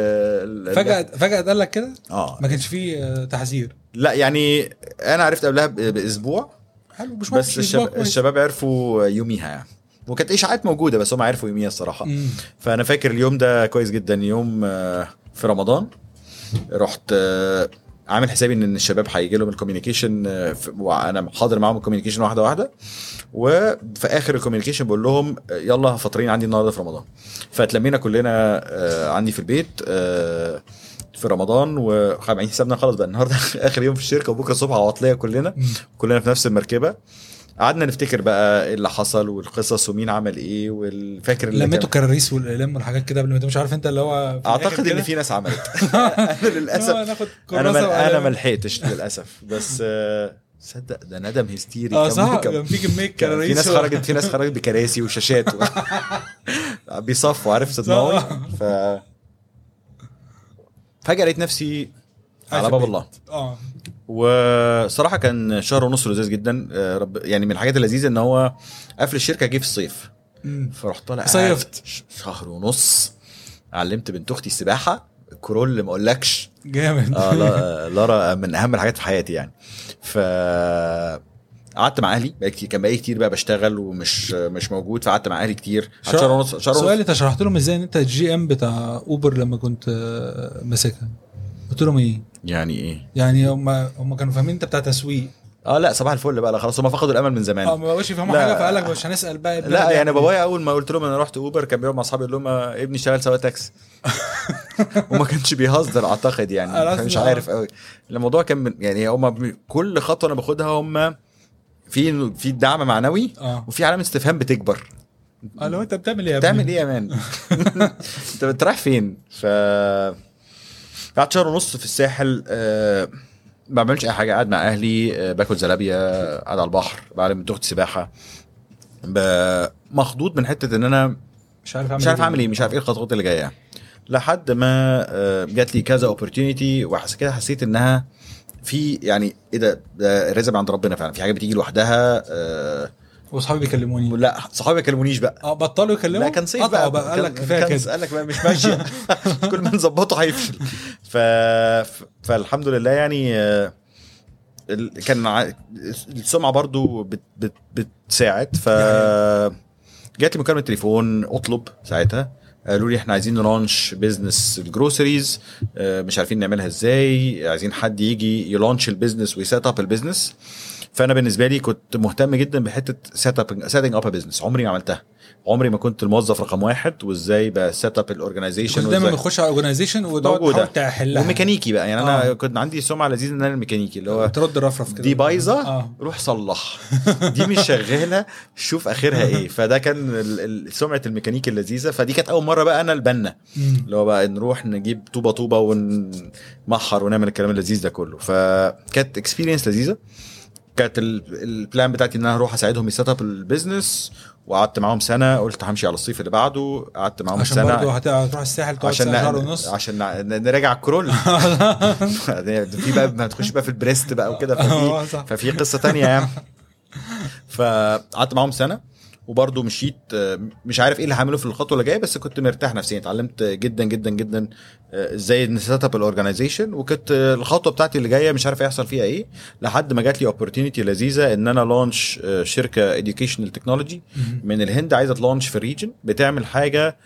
ال فجاه فجاه قال لك كده اه ما كانش فيه آه، تحذير لا يعني انا عرفت قبلها ب- باسبوع حلو مش وحش، بس الشباب, أسبوع كويس. الشباب عرفوا يوميها يعني وكانت اشاعات موجوده بس هم عرفوا يوميها الصراحه مم. فانا فاكر اليوم ده كويس جدا يوم آه، في رمضان رحت آه، عامل حسابي ان الشباب هيجي لهم الكوميونيكيشن آه، في- وانا حاضر معاهم الكوميونيكيشن واحده واحده وفي اخر الكوميونيكيشن بقول لهم آه، يلا فاطرين عندي النهارده في رمضان فاتلمينا كلنا آه، عندي في البيت آه، في رمضان وعاملين حسابنا خلاص بقى النهارده اخر يوم في الشركه وبكره الصبح عطليه كلنا مم. كلنا في نفس المركبه قعدنا نفتكر بقى إيه اللي حصل والقصص ومين عمل ايه والفاكر اللي كان- لميتوا كراريس والاقلام والحاجات كده قبل ما مش عارف انت اللي هو في الآخر اعتقد كده. ان في ناس عملت انا آه، للاسف ناخد انا كراسة مل... انا وقلم. ما لحقتش للاسف بس آه، صدق ده ندم هستيري اه كم- صح كم- كان في كميه كان كراريس في ناس و- خرجت في ناس خرجت بكراسي وشاشات و... بيصفوا عارف صدناوي ف فجاه لقيت نفسي عايش على باب البيت. الله اه وصراحه كان شهر ونص لذيذ جدا آه، رب... يعني من الحاجات اللذيذه ان هو قفل الشركه جه في الصيف مم. فرحت طالع صيفت. قاعد ش- شهر ونص علمت بنت اختي السباحه كرول ما اقولكش جامد آه لا- لارا من اهم الحاجات في حياتي يعني ف قعدت مع اهلي بقى كتير كان بقالي كتير بقى بشتغل ومش مش موجود فقعدت مع اهلي كتير قعدت شهر ونص شهر سؤال ونص انت شرحت لهم ازاي ان انت الجي ام بتاع اوبر لما كنت آه، ماسكها قلت لهم ايه يعني ايه يعني هم هم كانوا فاهمين انت بتاع تسويق اه لا صباح الفل بقى لا خلاص هم فقدوا الامل من اه زمان ما بقوش يفهموا يعني. لا. حاجه فقال لك مش هنسال بقى لا يعني بابايا اول ما قلت لهم انا رحت اوبر كان بيقعد مع اصحابي يقول لهم آه، ابني اشتغل سواق تاكسي وما كانش بيهزر اعتقد يعني آه، كان مش لازم- عارف قوي الموضوع كان من- يعني هم بي- كل خطوه انا باخدها هم في في دعم معنوي اه وفي علامه استفهام بتكبر اه لو انت بتعمل ايه يا بتعمل ابني؟ ايه يا مان انت بتروح فين ف قعدت شهر ونص في الساحل آه، ما بعملش اي حاجه قاعد مع اهلي آه، باكل زلابيا آه، قاعد على البحر بعلم بنت اختي سباحه ب- مخضوض من حته ان انا مش عارف إيه. اعمل إيه؟ مش عارف اعمل ايه مش عارف ايه الخطوات اللي جايه لحد ما آه، جات لي كذا اوبورتيونيتي وحس كده حسيت انها في يعني ايه ده ده الرزق من عند ربنا فعلا في حاجه بتيجي لوحدها آه، واصحابي بيكلموني لا صحابي ما يكلمونيش بقى اه بطلوا يكلموا لا كان صيف قطعوا بقى, بقى قال لك كان- كفايه كان كده قال لك بقى مش ماشيه كل ما نظبطه هيفشل ف... ف- فالحمد لله يعني آه، ال- كان ع- السمعه برضو بت... بت... بتساعد ف يعني جات لي مكالمه تليفون اطلب ساعتها قالوا لي احنا عايزين نلانش بزنس الجروسريز آه، مش عارفين نعملها ازاي عايزين حد يجي يلانش البيزنس ويسيت اب البيزنس فانا بالنسبه لي كنت مهتم جدا بحته سيت اب سيتنج اب بزنس عمري ما عملتها عمري ما كنت الموظف رقم واحد وازاي بسيت اب الاورجنايزيشن كنت دايما بتخش على اورجنايزيشن وتقعد موجودة. تحاول تحلها وميكانيكي بقى يعني انا آه. كنت عندي سمعه لذيذه ان انا الميكانيكي اللي هو ترد الرفرف كده دي بايظه اه روح صلح دي مش شغاله شوف اخرها ايه فده كان ال- ال- سمعه الميكانيكي اللذيذه فدي كانت اول مره بقى انا البنا مم. اللي هو بقى نروح نجيب طوبه طوبه ونمحر ونعمل الكلام اللذيذ ده كله فكانت اكسبيرينس لذيذه كانت ال- البلان بتاعتي ان انا هروح اساعدهم يسيت اب البيزنس وقعدت معاهم سنه قلت همشي على الصيف اللي بعده قعدت معاهم عشان سنه برضه هت- هتروح الساحل تقعد عشان ساعة، نا- شهر ونص عشان نا- نراجع الكرول في بقى ما تخش بقى في البريست بقى وكده اه ففي صح ففي قصه تانية يعني فقعدت معاهم سنه وبرضه مشيت آه، مش عارف ايه اللي هعمله في الخطوه اللي جايه بس كنت مرتاح نفسيا اتعلمت جدا جدا جدا آه، ازاي نسيت اب الاورجنايزيشن وكنت آه، الخطوه بتاعتي اللي جايه مش عارف هيحصل فيها ايه لحد ما جات لي اوبورتيونيتي لذيذه ان انا لونش آه، شركه اديوكيشنال تكنولوجي مم. من الهند عايزه تلونش في الريجن بتعمل حاجه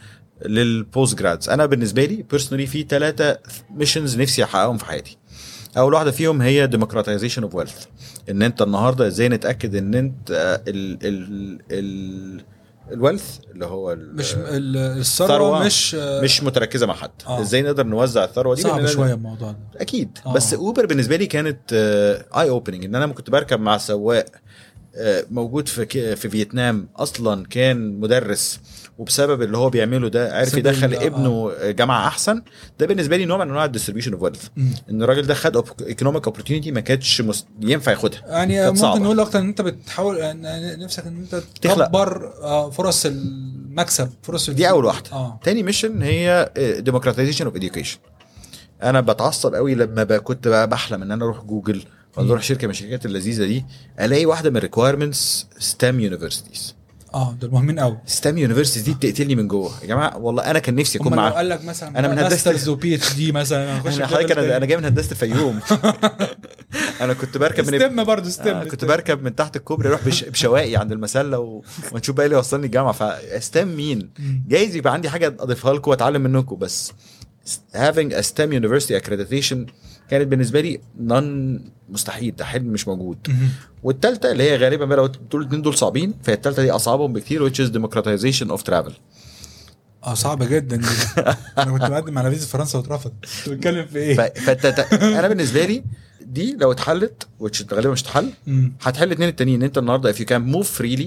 للبوست جرادز انا بالنسبه لي بيرسونالي في ثلاثه ميشنز نفسي احققهم في حياتي اول واحده فيهم هي ديموكراتيزيشن اوف ويلث ان انت النهارده ازاي نتاكد ان انت آه، ال ال ال الويلث اللي هو ال- مش آه، ال- الثروه ثروة. مش آه، مش متركزه مع حد آه. ازاي نقدر نوزع الثروه دي صعب بإننا- شويه الموضوع ده اكيد آه. بس اوبر بالنسبه لي كانت آه، اي اوبننج ان انا كنت بركب مع سواق آه، موجود في ك- في فيتنام اصلا كان مدرس وبسبب اللي هو بيعمله ده عرف سبب يدخل ال- آه. ابنه آه، جامعه احسن ده بالنسبه لي نوع من انواع الديستريبيوشن اوف ويلث مم. ان الراجل ده خد ايكونوميك اوبورتيونيتي ما كانتش مس- ينفع ياخدها يعني كانت ممكن صعبة. نقول اكتر ان انت بتحاول يعني نفسك ان انت تخلق. تكبر آه، فرص المكسب فرص دي اول واحده اه تاني ميشن هي آه، ديموكراتيزيشن اوف اديوكيشن انا بتعصب قوي لما ب- كنت بقى بحلم ان انا اروح جوجل ولا اروح شركه من الشركات اللذيذه دي الاقي واحده من الريكوايرمنتس ستام يونيفرسيتيز اه دول مهمين قوي ستام يونيفرسيتيز دي بتقتلني من جوه يا جماعه والله انا كان نفسي اكون هم آه. لو معاهم قال لك مثلا أنا من هندسة- ماسترز وبي اتش دي مثلا هخش انا في حضرتك level انا تاني. انا جاي من هندسه الفيوم انا كنت بركب من ستم برضه ستم آه كنت بركب من تحت الكوبري اروح بش... بشوائي عند المسله و... ونشوف بقى اللي يوصلني الجامعه فاستام مين جايز يبقى عندي حاجه اضيفها لكم واتعلم منكم بس having a STEM university accreditation كانت بالنسبه لي نون مستحيل ده حلم مش موجود والثالثه اللي هي غالبا بقى لو دول الاثنين دول صعبين فهي الثالثه دي اصعبهم بكتير which is democratization of travel اه صعبه جدا دي انا كنت مقدم على فيزا فرنسا واترفض انت بتتكلم في ف... ايه؟ فت... انا بالنسبه لي دي لو اتحلت which غالبا مش هتتحل مم. هتحل الاثنين التانيين انت النهارده if you can move freely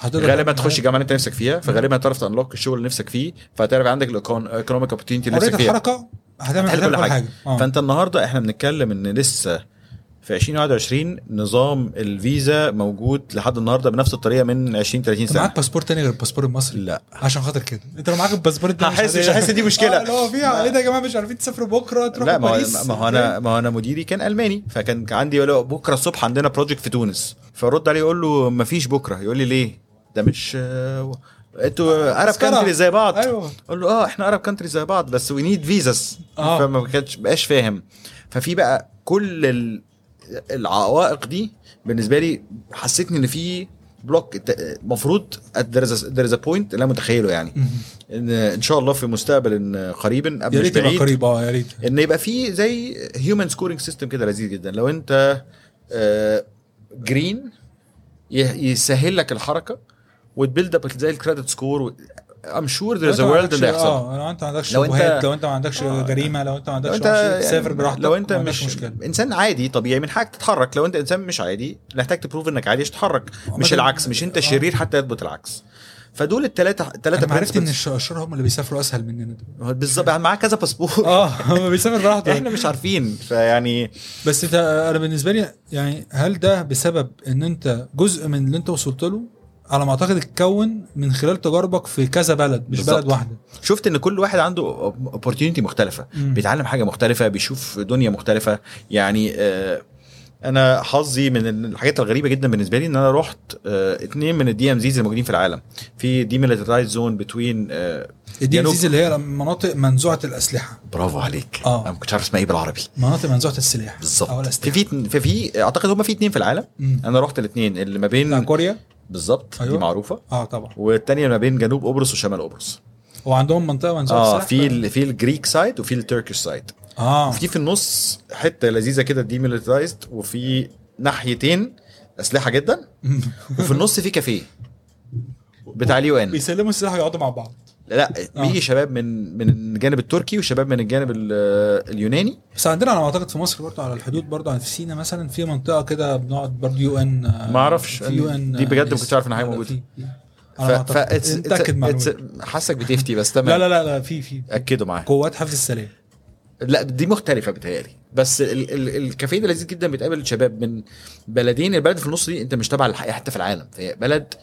هتقدر غالبا تعمل تخش حاجة. الجامعه اللي انت نفسك فيها فغالبا هتعرف تنلوك الشغل اللي نفسك فيه فهتعرف عندك الايكونوميك اوبورتيونتي اللي حريه نفسك فيها الحركه هتعمل هتحل كل هتعمل كل حاجه حاجه آه. فانت النهارده احنا بنتكلم ان لسه في 2021 نظام الفيزا موجود لحد النهارده بنفس الطريقه من 20 30 انت سنه معاك باسبور تاني غير الباسبور المصري لا عشان خاطر كده انت لو معاك الباسبور التاني هحس- مش هحس دي مشكلة. آه، اللي هو فيها ايه ده يا جماعه مش عارفين تسافروا بكره لا تروحوا ما هو باريس إيه؟ ما هو انا ما هو انا مديري كان الماني فكان عندي يقول له بكره الصبح عندنا بروجكت في تونس فرد عليه يقول له ما فيش بكره يقول لي ليه ده مش آه، انتوا عرب تذكرة. كانتري زي بعض ايوه اقول له اه احنا عرب كانتري زي بعض بس وي نيد فيزاس آه. فما كانش بقاش فاهم ففي بقى كل ال- العوائق دي بالنسبه لي حسيتني ان في بلوك الت- المفروض ذير از بوينت اللي انا متخيله يعني ان ان شاء الله في مستقبل إن قريبا قبل يا مش ريت يبقى بعيد قريب اه يا ريت ان يبقى في زي هيومن سكورينج سيستم كده لذيذ جدا لو انت جرين يسهل لك الحركه وتبيلد اب زي الكريدت سكور ام شور ذير از ا لو انت وورلد ما اللي عندكش- هيحصل اه لو انت ما عندكش لو انت- شبهات لو انت ما عندكش آه. جريمه لو انت ما عندكش لو انت وحش، تسافر يعني براحتك لو انت ما عندكش مش مشكله انسان عادي طبيعي من حقك تتحرك لو انت انسان مش عادي محتاج تبروف انك عادي عشان تتحرك مش مثلا- العكس مش انت آه. شرير حتى يثبت العكس فدول الثلاثه الثلاثه انا عرفت ان الش- الشرار هم اللي بيسافروا اسهل مننا دول. بالظبط معاه كذا باسبور اه هم بيسافر براحته احنا مش عارفين فيعني بس انت انا بالنسبه لي يعني هل ده بسبب ان انت جزء من اللي انت وصلت له على ما اعتقد اتكون من خلال تجاربك في كذا بلد مش بالظبط. بلد واحده شفت ان كل واحد عنده اوبورتيونيتي مختلفه مم. بيتعلم حاجه مختلفه بيشوف دنيا مختلفه يعني آه، انا حظي من الحاجات الغريبه جدا بالنسبه لي ان انا رحت آه، اتنين من الدي ام زيز الموجودين في العالم في ديميليترايز زون بتوين دي جنوب. اللي هي مناطق منزوعه الاسلحه برافو عليك آه. انا ما كنتش عارف اسمها ايه بالعربي مناطق منزوعه السلاح او بالظبط في الاسلحه في ففي اعتقد هم في اتنين في العالم مم. انا رحت الاتنين اللي ما بتاع بين كوريا بالظبط دي أيوة. معروفه اه طبعا والتانية ما بين جنوب قبرص وشمال قبرص وعندهم منطقه منزوعه اه السلاح في ال- في الجريك سايد وفي التركيش سايد اه وفي في النص حته لذيذه كده ديميليترايزد وفي ناحيتين اسلحه جدا وفي النص في كافيه بتاع اليو ان بيسلموا السلاح ويقعدوا مع بعض لا آه. بيجي شباب من من الجانب التركي وشباب من الجانب ال- اليوناني بس عندنا على ما اعتقد في مصر برضه على الحدود برضه في سينا مثلا في منطقه كده بنقعد برضه يو ان ما أعرفش. يو آه، ان دي بجد ما كنتش عارف إن هي موجودة. على ما اعتقد it's- متاكد it's- معلومه it's- حاسك بتفتي بس لا تمام لا لا لا في في اكدوا معايا قوات حفظ السلام لا دي مختلفه بتهيألي بس ال- ال- الكافيه ده لذيذ جدا بتقابل شباب من بلدين البلد في النص دي انت مش تابع لحق- حتى في العالم فهي بلد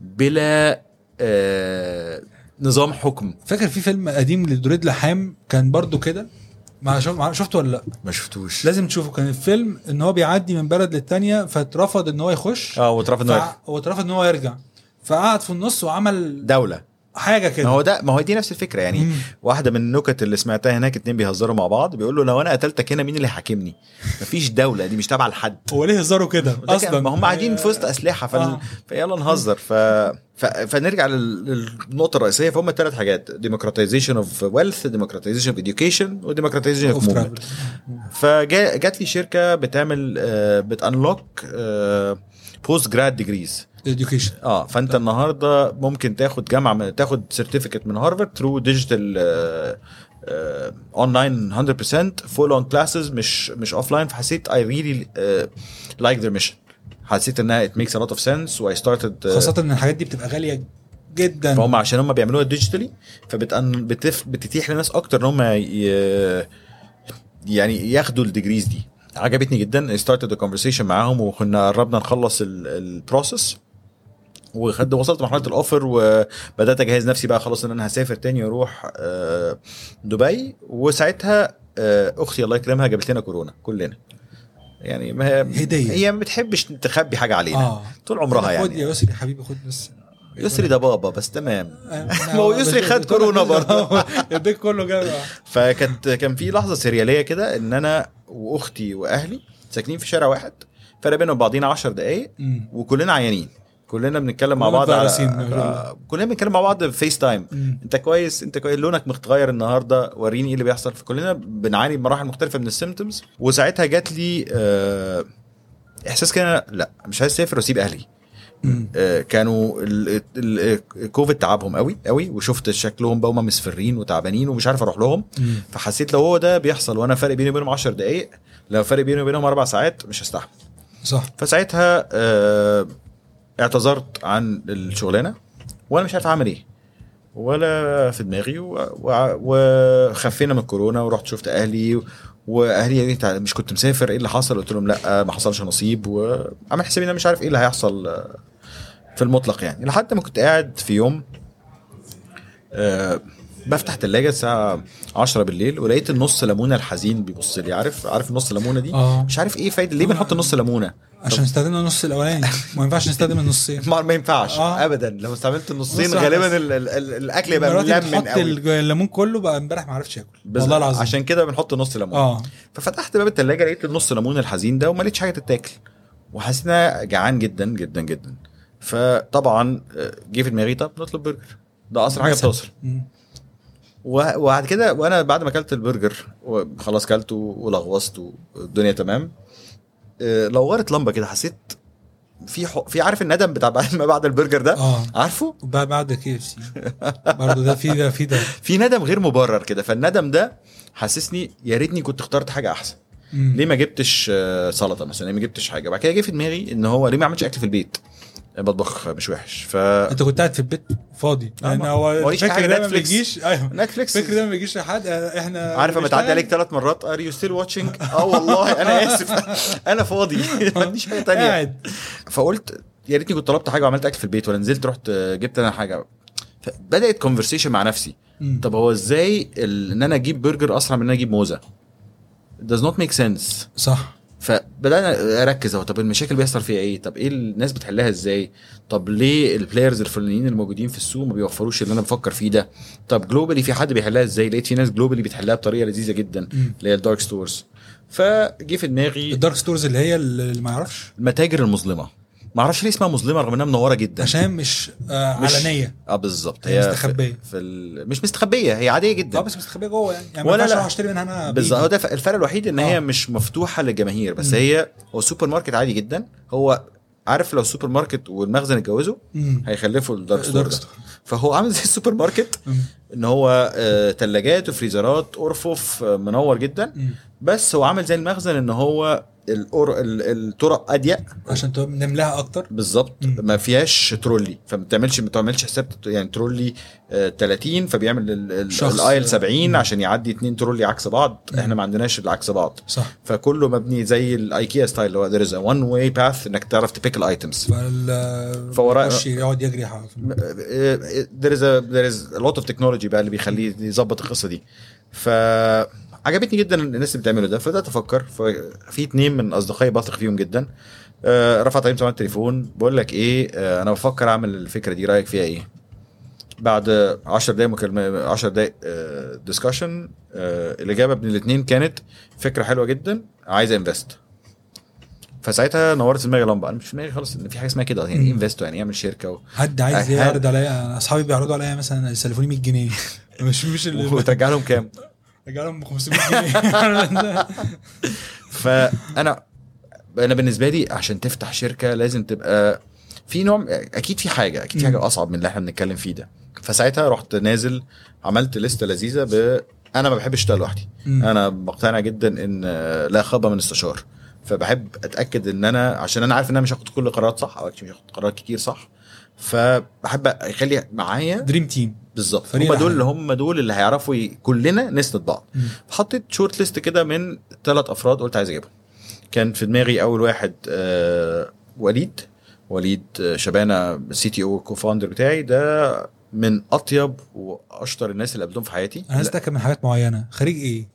بلا آه نظام حكم فاكر في فيلم قديم لدريد لحام كان برضه كده ما شف... ما شفته ولا لا ما شفتوش لازم تشوفه كان الفيلم ان هو بيعدي من بلد للتانية فاترفض ان هو يخش اه واترفض إنه يرجع. فع- واترفض ان هو يرجع فقعد في النص وعمل دوله حاجه ما كده هو ده ما هو دي نفس الفكره يعني مم. واحده من النكت اللي سمعتها هناك اتنين بيهزروا مع بعض بيقول له لو انا قتلتك هنا مين اللي هيحاكمني مفيش دوله دي مش تابعه لحد هو ليه هزاره كده ده كان- اصلا ما هم قاعدين في وسط اسلحه فال... آه. فيلا نهزر ف... ف... فنرجع لل- للنقطه الرئيسيه فهم ثلاث حاجات ديموكراتيزيشن اوف ويلث ديموكراتيزيشن اوف اديوكيشن وديموكراتيزيشن اوف Of موفمنت travel. فجات لي شركه بتعمل آه، بتانلوك بوست جراد ديجريز education اه فانت النهارده ممكن تاخد جامعه من- تاخد سيرتيفيكت من هارفارد آه، ثرو ديجيتال اونلاين 100% فول اون كلاسز مش مش اوف لاين فحسيت آه، اي ريلي لايك ذير ميشن حسيت انها ات ميكس ا لوت اوف سنس واي ستارتد خاصه ان الحاجات دي بتبقى غاليه جدا فهم عشان هم بيعملوها ديجيتالي فبتتيح للناس اكتر ان هم ي- يعني ياخدوا الديجريز دي عجبتني جدا ستارتد كونفرسيشن معاهم وكنا قربنا نخلص البروسيس وخد وصلت مرحله الاوفر وبدات اجهز نفسي بقى خلاص ان انا هسافر تاني واروح آه، دبي وساعتها آه، اختي الله يكرمها جابت لنا كورونا كلنا يعني ما هي هدية. هي ما بتحبش تخبي حاجه علينا آه. طول عمرها خد يا يعني يسري حبيبي خد بس آه، يسري ده بابا بس تمام أنا- ما هو يسري خد كورونا برضه. البيت كله جاب فكانت كان في لحظه سرياليه كده ان انا واختي واهلي ساكنين في شارع واحد فرق بيننا وبعضينا 10 دقايق مم. وكلنا عيانين كلنا بنتكلم مع كلنا بعض على... متغرسين، ما شاء آه، كلنا بنتكلم مع بعض فيس تايم مم. انت كويس انت كويس لونك متغير النهارده وريني ايه اللي بيحصل فكلنا بنعاني بمراحل مختلفه من السيمتومز وساعتها جات لي آه، احساس كده لا مش عايز اسافر واسيب اهلي مم. آه، كانوا ال- ال- الكوفيد تعبهم قوي قوي وشفت شكلهم بقى هم مسفرين وتعبانين ومش عارف اروح لهم مم. فحسيت لو هو ده بيحصل وانا فرق بيني وبينهم 10 دقائق لو فرق بيني وبينهم اربع ساعات مش هستحمل صح فساعتها آه، اعتذرت عن الشغلانه وانا مش عارف اعمل ايه ولا في دماغي و- و- وخفينا من الكورونا ورحت شفت اهلي واهلي قالوا لي "تعال- مش كنت مسافر ايه اللي حصل قلت لهم لا ما حصلش نصيب وعامل حسابي ان انا مش عارف ايه اللي هيحصل آه، في المطلق يعني لحد ما كنت قاعد في يوم آه، بفتح تلاجة الساعة 10 بالليل ولقيت النص ليمونة الحزين بيبص لي عارف عارف النص ليمونة دي آه. مش عارف ايه فايدة ليه بنحط نص ليمونة عشان استخدمنا النص الاولاني ما ينفعش نستخدم النصين ما ما ينفعش آه. آه. ابدا لو استعملت النصين نص واحد بس. غالبا ال ال ال الاكل يبقى مراتي ملمن بتحط قوي الج- الليمون كله بقى امبارح ما عرفتش اكل بس- والله العظيم عشان كده بنحط نص ليمون اه ففتحت باب التلاجة لقيت النص ليمون الحزين ده وما لقيتش حاجه تتاكل وحسيت ان انا جعان جدا جدا جدا فطبعا آه، جه في دماغي طب نطلب برجر ده اسرع حاجه مثلاً. بتوصل مم. و- وبعد كده وانا بعد ما اكلت البرجر وخلاص كلته ولغوصت والدنيا تمام آه، لورت لمبه كده حسيت في حق في عارف الندم بتاع بعد- ما بعد البرجر ده اه عارفه وبعد بعد كي اف سي برضه ده في ده في ده في ندم غير مبرر كده فالندم ده حسسني يا ريتني كنت اخترت حاجه احسن مم. ليه ما جبتش آه، سلطه مثلا ليه ما جبتش حاجه بعد كده جه في دماغي ان هو ليه ما عملتش اكل في البيت المطبخ مش وحش ف انت كنت قاعد في البيت فاضي آه، يعني ما- هو ماليش الفكر حاجة ده ما نتفليكس. بيجيش ايوه نتفليكس الفكر ده ما بيجيش لحد آه، احنا عارف لما تعدي بنشتغل. عليك ثلاث مرات ار يو ستيل واتشنج اه والله انا اسف انا فاضي ما عنديش حاجه تانية آه. قاعد فقلت يا ريتني كنت طلبت حاجه وعملت اكل في البيت ولا نزلت رحت آه، جبت انا حاجه بدات كونفرسيشن مع نفسي مم. طب هو ازاي ال- ان انا اجيب برجر اسرع من ان انا اجيب موزه does not make sense صح فبدانا اركز اهو طب المشاكل بيحصل فيها ايه طب ايه الناس بتحلها ازاي طب ليه البلايرز الفلانيين الموجودين في السوق ما بيوفروش اللي انا بفكر فيه ده طب جلوبالي في حد بيحلها ازاي لقيت في ناس جلوبالي بتحلها بطريقه لذيذه جدا مم. اللي هي الدارك ستورز فجه في دماغي الدارك ستورز اللي هي اللي ما يعرفش المتاجر المظلمه ما اعرفش ليه اسمها مظلمه رغم انها منوره جدا عشان مش آه مش- علنيه اه بالظبط هي هي في- مستخبية. في ال... مش مستخبيه هي عاديه جدا اه بس مستخبيه جوه يعني يعني ما ولا ينفعش لا. اروح اشتري منها انا بإيدي. بالظبط هو ده الفرق الوحيد ان آه. هي مش مفتوحه للجماهير بس مم. هي هو سوبر ماركت عادي جدا هو عارف لو السوبر ماركت والمخزن اتجوزوا مم. هيخلفوا الدارك ستور دارك ده. ستور. فهو عامل زي السوبر ماركت مم. ان هو آه، تلاجات وفريزرات ارفف آه، منور جدا مم. بس هو عامل زي المخزن ان هو الأر... ال- الطرق اضيق عشان تبقى نملاها اكتر بالظبط مم. ما فيهاش ترولي فما بتعملش ما بتعملش حساب يعني ترولي آه، 30 فبيعمل ال- ال- شخص. الايل 70 مم. عشان يعدي اتنين ترولي عكس بعض مم. احنا ما عندناش اللي عكس بعض صح فكله مبني زي الايكيا ستايل اللي هو there is a one way path انك تعرف تبيك الايتمز فال فورا- يخش يقعد يجري حق- في- there is a there is a lot of technology بقى اللي بيخليه يظبط القصه دي فعجبتني جدا الناس اللي بتعمله ده فبدات افكر ففي اتنين من اصدقائي بثق فيهم جدا آه، رفعت عليهم طبعا التليفون بقول لك ايه آه، انا بفكر اعمل الفكره دي رايك فيها ايه بعد 10 دقايق مكالمه 10 دقايق آه، ديسكشن الاجابه من الاثنين كانت فكره حلوه جدا عايز انفست فساعتها نورت في دماغي لمبه انا مش في دماغي خالص ان في حاجه اسمها كده يعني مم. انفست يعني اعمل شركه و... حد عايز I had- يعرض عليا أنا اصحابي بيعرضوا عليا مثلا يسلفوني 100 جنيه مش مش اللي وترجع لهم كام رجع لهم 500 جنيه فانا انا بالنسبه لي عشان تفتح شركه لازم تبقى في نوع اكيد في حاجه اكيد في مم. حاجه اصعب من اللي احنا بنتكلم فيه ده فساعتها رحت نازل عملت لسته لذيذه ب انا ما بحبش اشتغل لوحدي مم. انا مقتنع جدا ان آه، لا خاب من استشار فبحب اتاكد ان انا عشان انا عارف ان انا مش هاخد كل القرارات صح او actually مش هاخد قرارات كتير صح فبحب اخلي معايا دريم تيم بالظبط فريق هم دول العمل. اللي هم دول اللي هيعرفوا ي- كلنا نسند بعض حطيت شورت ليست كده من ثلاث افراد قلت عايز اجيبهم كان في دماغي اول واحد آه وليد وليد آه، شبانه سي تي او كوفاوندر بتاعي ده من اطيب واشطر الناس اللي قابلتهم في حياتي انا عايز اتاكد من حاجات معينه خريج ايه؟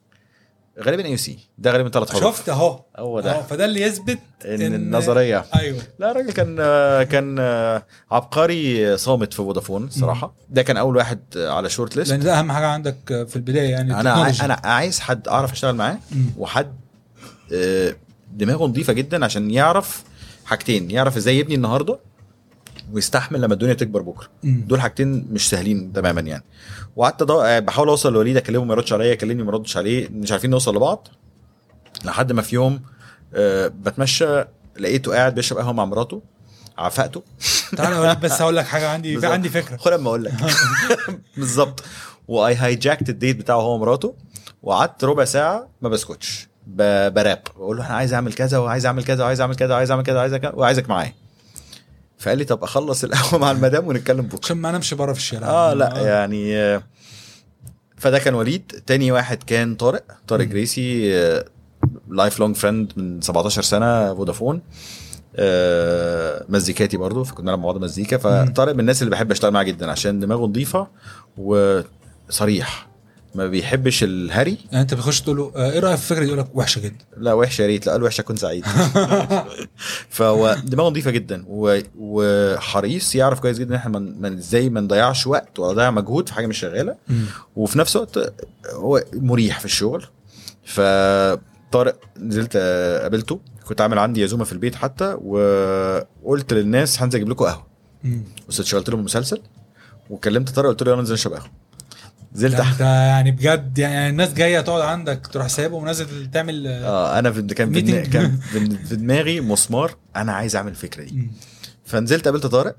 غالبا اي سي ده غالبا ثلاث حروف شفت اهو هو اهو ده اه، فده اللي يثبت إن إن- النظريه ايوه لا الراجل كان آه، كان آه، عبقري صامت في فودافون صراحه ده كان اول واحد آه، على شورت ليست لان ده اهم حاجه عندك في البدايه يعني انا التكنولوجي. انا عايز حد اعرف اشتغل معاه مم. وحد آه، دماغه نظيفه جدا عشان يعرف حاجتين يعرف ازاي يبني النهارده ويستحمل لما الدنيا تكبر بكره مم. دول حاجتين مش سهلين تماما يعني وقعدت أدو- آه، بحاول اوصل لوليد اكلمه ما يردش عليا يكلمني ما يردش عليه مش عارفين نوصل لبعض لحد ما في يوم آه، بتمشى لقيته قاعد بيشرب قهوه مع مراته عفقته تعالى أقول- بس هقول لك حاجه عندي في بالظبط. عندي فكره خلق ما اقول لك بالظبط واي هايجاكت الديت بتاعه هو ومراته وقعدت ربع ساعه ما بسكتش ب- براب بقول له انا عايز اعمل كذا وعايز اعمل كذا وعايز اعمل كذا وعايز اعمل كذا وعايز أعمل كذا وعايزك معايا فقال لي طب اخلص القهوه مع المدام ونتكلم بكره عشان ما انامش بره في الشارع اه لا يعني آه، فده كان وليد تاني واحد كان طارق طارق مم. جريسي لايف لونج فريند من 17 سنه فودافون آه، مزيكاتي برضو فكنا بنلعب مع بعض مزيكا فطارق من الناس اللي بحب اشتغل معاه جدا عشان دماغه نظيفه وصريح ما بيحبش الهري يعني انت بتخش تقول له آه، ايه رايك في الفكره دي يقول لك وحشه جدا لا وحشه يا ريت لا قال وحشه كنت سعيد فهو دماغه نظيفه جدا و- وحريص يعرف كويس جدا احنا من- من- ازاي ما نضيعش وقت ولا نضيع مجهود في حاجه مش شغاله وفي نفس الوقت هو مريح في الشغل فطارق نزلت آه، قابلته كنت عامل عندي عزومه في البيت حتى وقلت للناس هنزل اجيب لكم قهوه امم بس شغلت لهم مسلسل وكلمت طارق قلت له يلا ننزل نشرب قهوه نزلت ده انت يعني بجد يعني الناس جايه تقعد عندك تروح سايبه ونازل تعمل آه، اه انا في كان في Meeting. كان في- في دماغي مسمار انا عايز اعمل الفكره دي مم. فنزلت قابلت طارق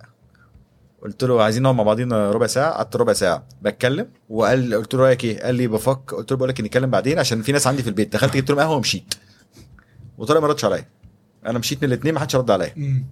قلت له عايزين نقعد مع بعضينا ربع ساعه قعدت ربع ساعه بتكلم وقال قلت له رايك ايه قال لي بفك قلت له بقول لك نتكلم بعدين عشان في ناس عندي في البيت دخلت جبت لهم قهوه ومشيت وطارق ما ردش عليا انا مشيت من الاثنين ما حدش رد عليا مم.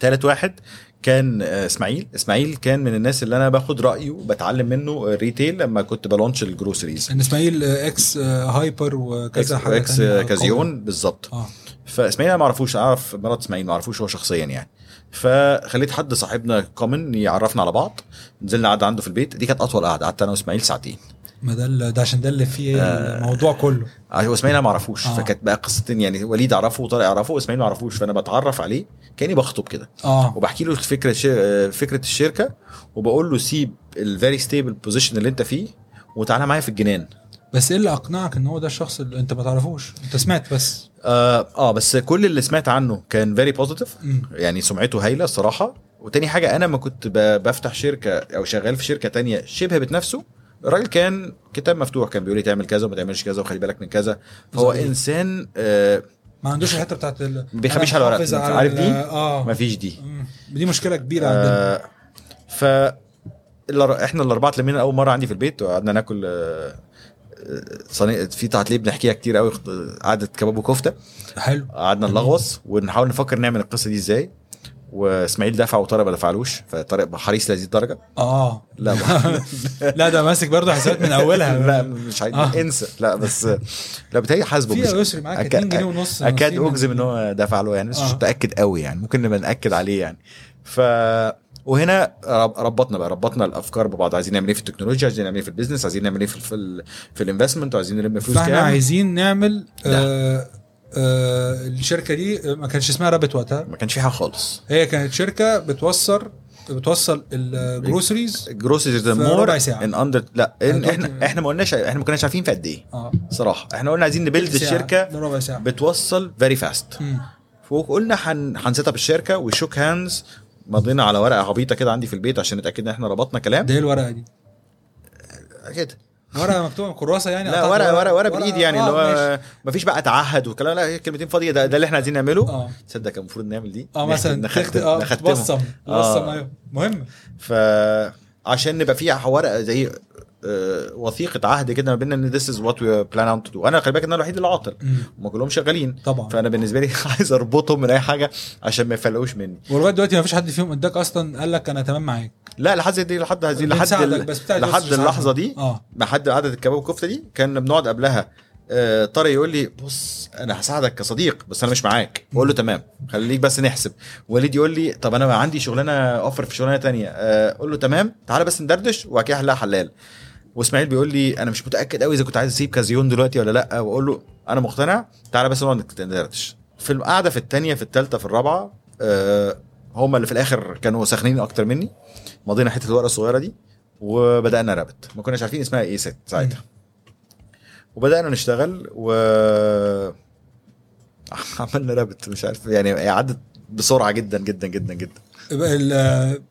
تالت واحد كان آه، اسماعيل اسماعيل كان من الناس اللي انا باخد رايه وبتعلم منه الريتيل لما كنت بلونش الجروسريز ان اسماعيل آه، اكس آه، هايبر وكذا حاجه اكس تانية، آه، قوية. كازيون بالظبط اه فاسماعيل انا ما اعرفوش اعرف مرات اسماعيل ما اعرفوش هو شخصيا يعني فخليت حد صاحبنا كومن يعرفنا على بعض نزلنا قعدة عنده في البيت دي كانت اطول قعده قعدت انا واسماعيل ساعتين ما ده ال- ده عشان ده اللي فيه آه. الموضوع كله عشان واسماعيل انا ما اعرفوش آه. فكانت بقى قصتين يعني وليد اعرفه وطارق اعرفه واسماعيل ما اعرفوش فانا بتعرف عليه كاني بخطب كده اه وبحكي له الفكره شير... فكره الشركه وبقول له سيب الفيري ستيبل بوزيشن اللي انت فيه وتعالى معايا في الجنان بس ايه اللي اقنعك ان هو ده الشخص اللي انت ما تعرفوش انت سمعت بس آه, اه بس كل اللي سمعت عنه كان فيري بوزيتيف مم. يعني سمعته هايله الصراحه وتاني حاجه انا ما كنت ب- بفتح شركه او شغال في شركه تانية شبه بتنافسه الراجل كان كتاب مفتوح كان بيقول لي تعمل كذا وما تعملش كذا وخلي بالك من كذا فهو صحيح. انسان آه ما عندوش الحته بتاعت ال... ما بيخبيش أنا على ورق. محافظ على عارف ال- دي؟ اه ما فيش دي مم. دي مشكله كبيره عندنا آه ف الأر- احنا الاربعه اتلمينا اول مره عندي في البيت وقعدنا ناكل آه، آه، صينيه في بتاعت ليه بنحكيها كتير قوي قعده كباب وكفته حلو قعدنا نلغوص ونحاول نفكر نعمل القصه دي ازاي واسماعيل دفع وطارق ما دفعلوش فطارق حريص لهذه الدرجه اه لا لا ده ماسك برضه حسابات من اولها لا مش عايز آه. انسى لا بس لا بتهيألي حاسبه في مش- يا يسري معاك أك- 2 جنيه ونص اكاد نصيب من- اجزم ان هو دفع له يعني بس مش آه. متاكد قوي يعني ممكن نبقى ناكد عليه يعني ف وهنا رب- ربطنا بقى ربطنا الافكار ببعض عايزين نعمل ايه في التكنولوجيا عايزين نعمل ايه في البيزنس عايزين نعمل ايه في ال- في, ال- في الانفستمنت وعايزين نلم فلوس فاحنا كام عايزين نعمل ده. آه آه الشركه دي آه، ما كانش اسمها رابت وقتها ما كانش في حاجه خالص هي كانت شركه بتوصل بتوصل الجروسريز جروسز في مور ربع ساعة. ان اندر لا إن هتودي- احنا احنا ما قلناش احنا ما كناش عارفين في قد ايه اه صراحه احنا قلنا عايزين نبيلد ساعة، الشركه ده ربع ساعه بتوصل فيري فاست مم. وقلنا هن هنسيت اب الشركه وشوك هاندز مضينا على ورقه عبيطه كده عندي في البيت عشان نتاكد ان احنا ربطنا كلام ده ايه الورقه دي؟ كده ورقه مكتوبه كراسه يعني لا قطعت ورقه ورقه ورقه بالايد يعني اللي آه، ماشي. هو مفيش بقى تعهد وكلام لا هي كلمتين فاضيه ده, ده اللي احنا عايزين نعمله اه تصدق كان المفروض نعمل دي اه مثلا تخت... نختم اه نختمها توصم توصم يعني آه. ايوه مهم فعشان نبقى فيها ورقه زي آه، وثيقه عهد كده ما بيننا ان ذس از وات وي بلان اون تو دو انا خلي بالك ان انا الوحيد اللي عاطل مم. هم كلهم شغالين طبعا فانا بالنسبه لي عايز اربطهم من اي حاجه عشان ما يفلقوش مني ولغايه دلوقتي ما فيش حد فيهم اداك اصلا قال لك انا تمام معاك لا لحد دي لحد هذه لحد بنساعدك، ال- بس بتاعت لحد بس مش عارف. اللحظة دي. اه لحد قعده الكباب والكفته دي كان بنقعد قبلها آه، طارق يقول لي بص انا هساعدك كصديق بس انا مش معاك بقول له تمام خليك بس نحسب وليد يقول لي طب انا عندي شغلانه اوفر في شغلانه تانية آه، اقول له تمام تعالى بس ندردش وبعد كده هنلاقيها حلال واسماعيل بيقول لي انا مش متاكد قوي اذا كنت عايز اسيب كازيون دلوقتي ولا لا واقول له انا مقتنع تعالى بس نقعد ندردش في القعده في الثانيه في الثالثه في الرابعه آه، هما اللي في الاخر كانوا ساخنين اكتر مني مضينا حته الورقه الصغيره دي وبدانا رابط ما كناش عارفين اسمها إيه ايه ست ساعتها وبدانا نشتغل و عملنا رابط مش عارف يعني عدت بسرعه جدا جدا جدا جدا يبقى ال-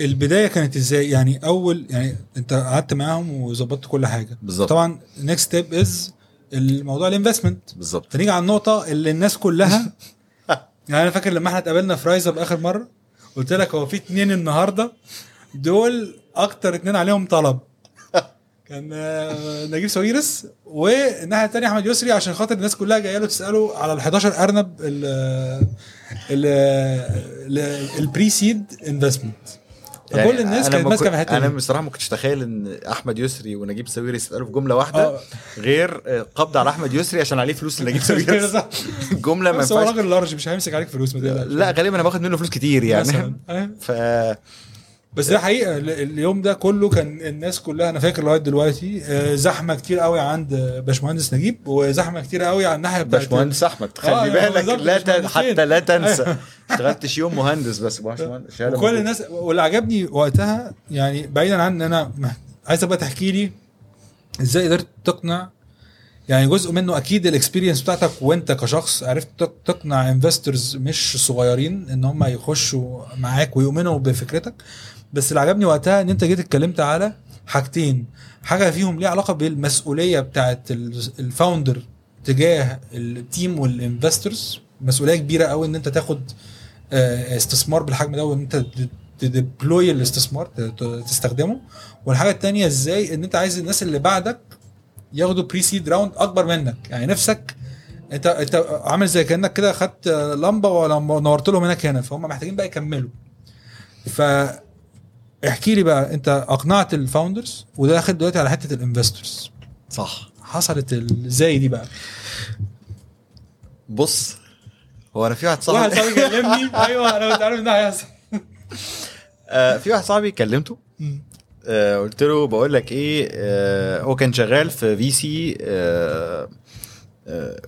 البدايه كانت ازاي يعني اول يعني انت قعدت معاهم وظبطت كل حاجه بالظبط. طبعا نيكست ستيب از الموضوع الانفستمنت بالظبط فنيجي على النقطه اللي الناس كلها يعني انا فاكر لما احنا اتقابلنا في رايزه باخر مره قلت لك هو في اتنين النهارده دول اكتر اتنين عليهم طلب كان آه، نجيب ساويرس والناحيه الثانيه احمد يسري عشان خاطر الناس كلها جايه له تساله على ال 11 ارنب ال آه، ال ال- البري سيد انفستمنت فكل الناس يعني أنا كانت ما ماسكه في كنت- الحته انا دي بصراحه ما كنتش اتخيل ان احمد يسري ونجيب ساويرس يتقالوا في جمله آه. واحده غير آه، قبض على احمد يسري عشان عليه فلوس لنجيب ساويرس جمله ما بس هو ينفعش راجل لارج مش هيمسك عليك فلوس ما تقلقش. لا غالبا انا باخد منه فلوس كتير يعني مثلاً. آه. ف بس ده حقيقه ال- اليوم ده كله كان الناس كلها انا فاكر لغايه دلوقتي آه، زحمه كتير قوي عند باشمهندس نجيب وزحمه كتير قوي على الناحيه بتاعت باشمهندس احمد آه، خلي بالك بالظبط، لا تن- باشمهندسين. حتى لا تنسى اشتغلتش يوم مهندس بس باشمهندس شهادة وكل موجودة. الناس واللي عجبني وقتها يعني بعيدا عن ان انا مح- عايزك بقى تحكي لي ازاي قدرت تقنع يعني جزء منه اكيد الاكسبيرينس بتاعتك وانت كشخص عرفت تق- تقنع انفسترز مش صغيرين ان هم يخشوا معاك ويؤمنوا بفكرتك بس اللي عجبني وقتها ان انت جيت اتكلمت على حاجتين حاجه فيهم ليها علاقه بالمسؤوليه بتاعت ال- الفاوندر تجاه التيم والانفسترز مسؤوليه كبيره قوي ان انت تاخد آه، استثمار بالحجم ده وان انت تديبلوي الاستثمار ت- ت- تستخدمه والحاجه الثانيه ازاي ان انت عايز الناس اللي بعدك ياخدوا بري سيد راوند اكبر منك يعني نفسك انت انت عامل زي كانك كده خدت لمبه ونورت لهم هناك هنا فهم محتاجين بقى يكملوا ف احكي لي بقى انت اقنعت الفاوندرز وده اخد دلوقتي على حته الانفسترز صح حصلت ال- ازاي دي بقى بص هو انا في واحد واحد صاحبي صاحبي كلمني ايوه انا كنت عارف ان ده هيحصل آه، في واحد صاحبي كلمته مم. آه، قلت له بقول لك ايه آه، هو كان شغال في في سي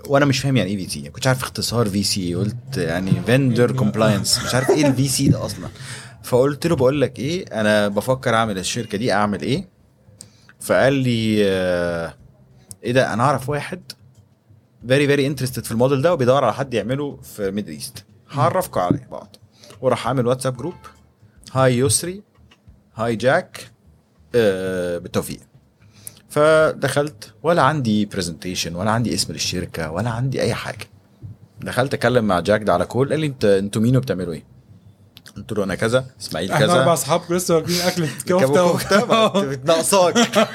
وانا مش فاهم يعني ايه في سي كنتش عارف اختصار في سي قلت يعني فيندر كومبلاينس مش عارف ايه الفي سي ده اصلا فقلت له بقول لك ايه انا بفكر اعمل الشركه دي اعمل ايه فقال لي آه، ايه ده انا اعرف واحد فيري فيري انترستد في الموديل ده وبيدور على حد يعمله في ميد ايست هعرفكم عليه بعض وراح عامل واتساب جروب هاي يسري هاي جاك آه، بالتوفيق فدخلت ولا عندي برزنتيشن ولا عندي اسم للشركه ولا عندي اي حاجه دخلت اتكلم مع جاك ده على كول قال لي انت انتوا مين وبتعملوا ايه قلت له انا كذا اسماعيل احنا اربع كذا اصحاب لسه واكلين اكله كابو كفته كفته ما- ناقصاك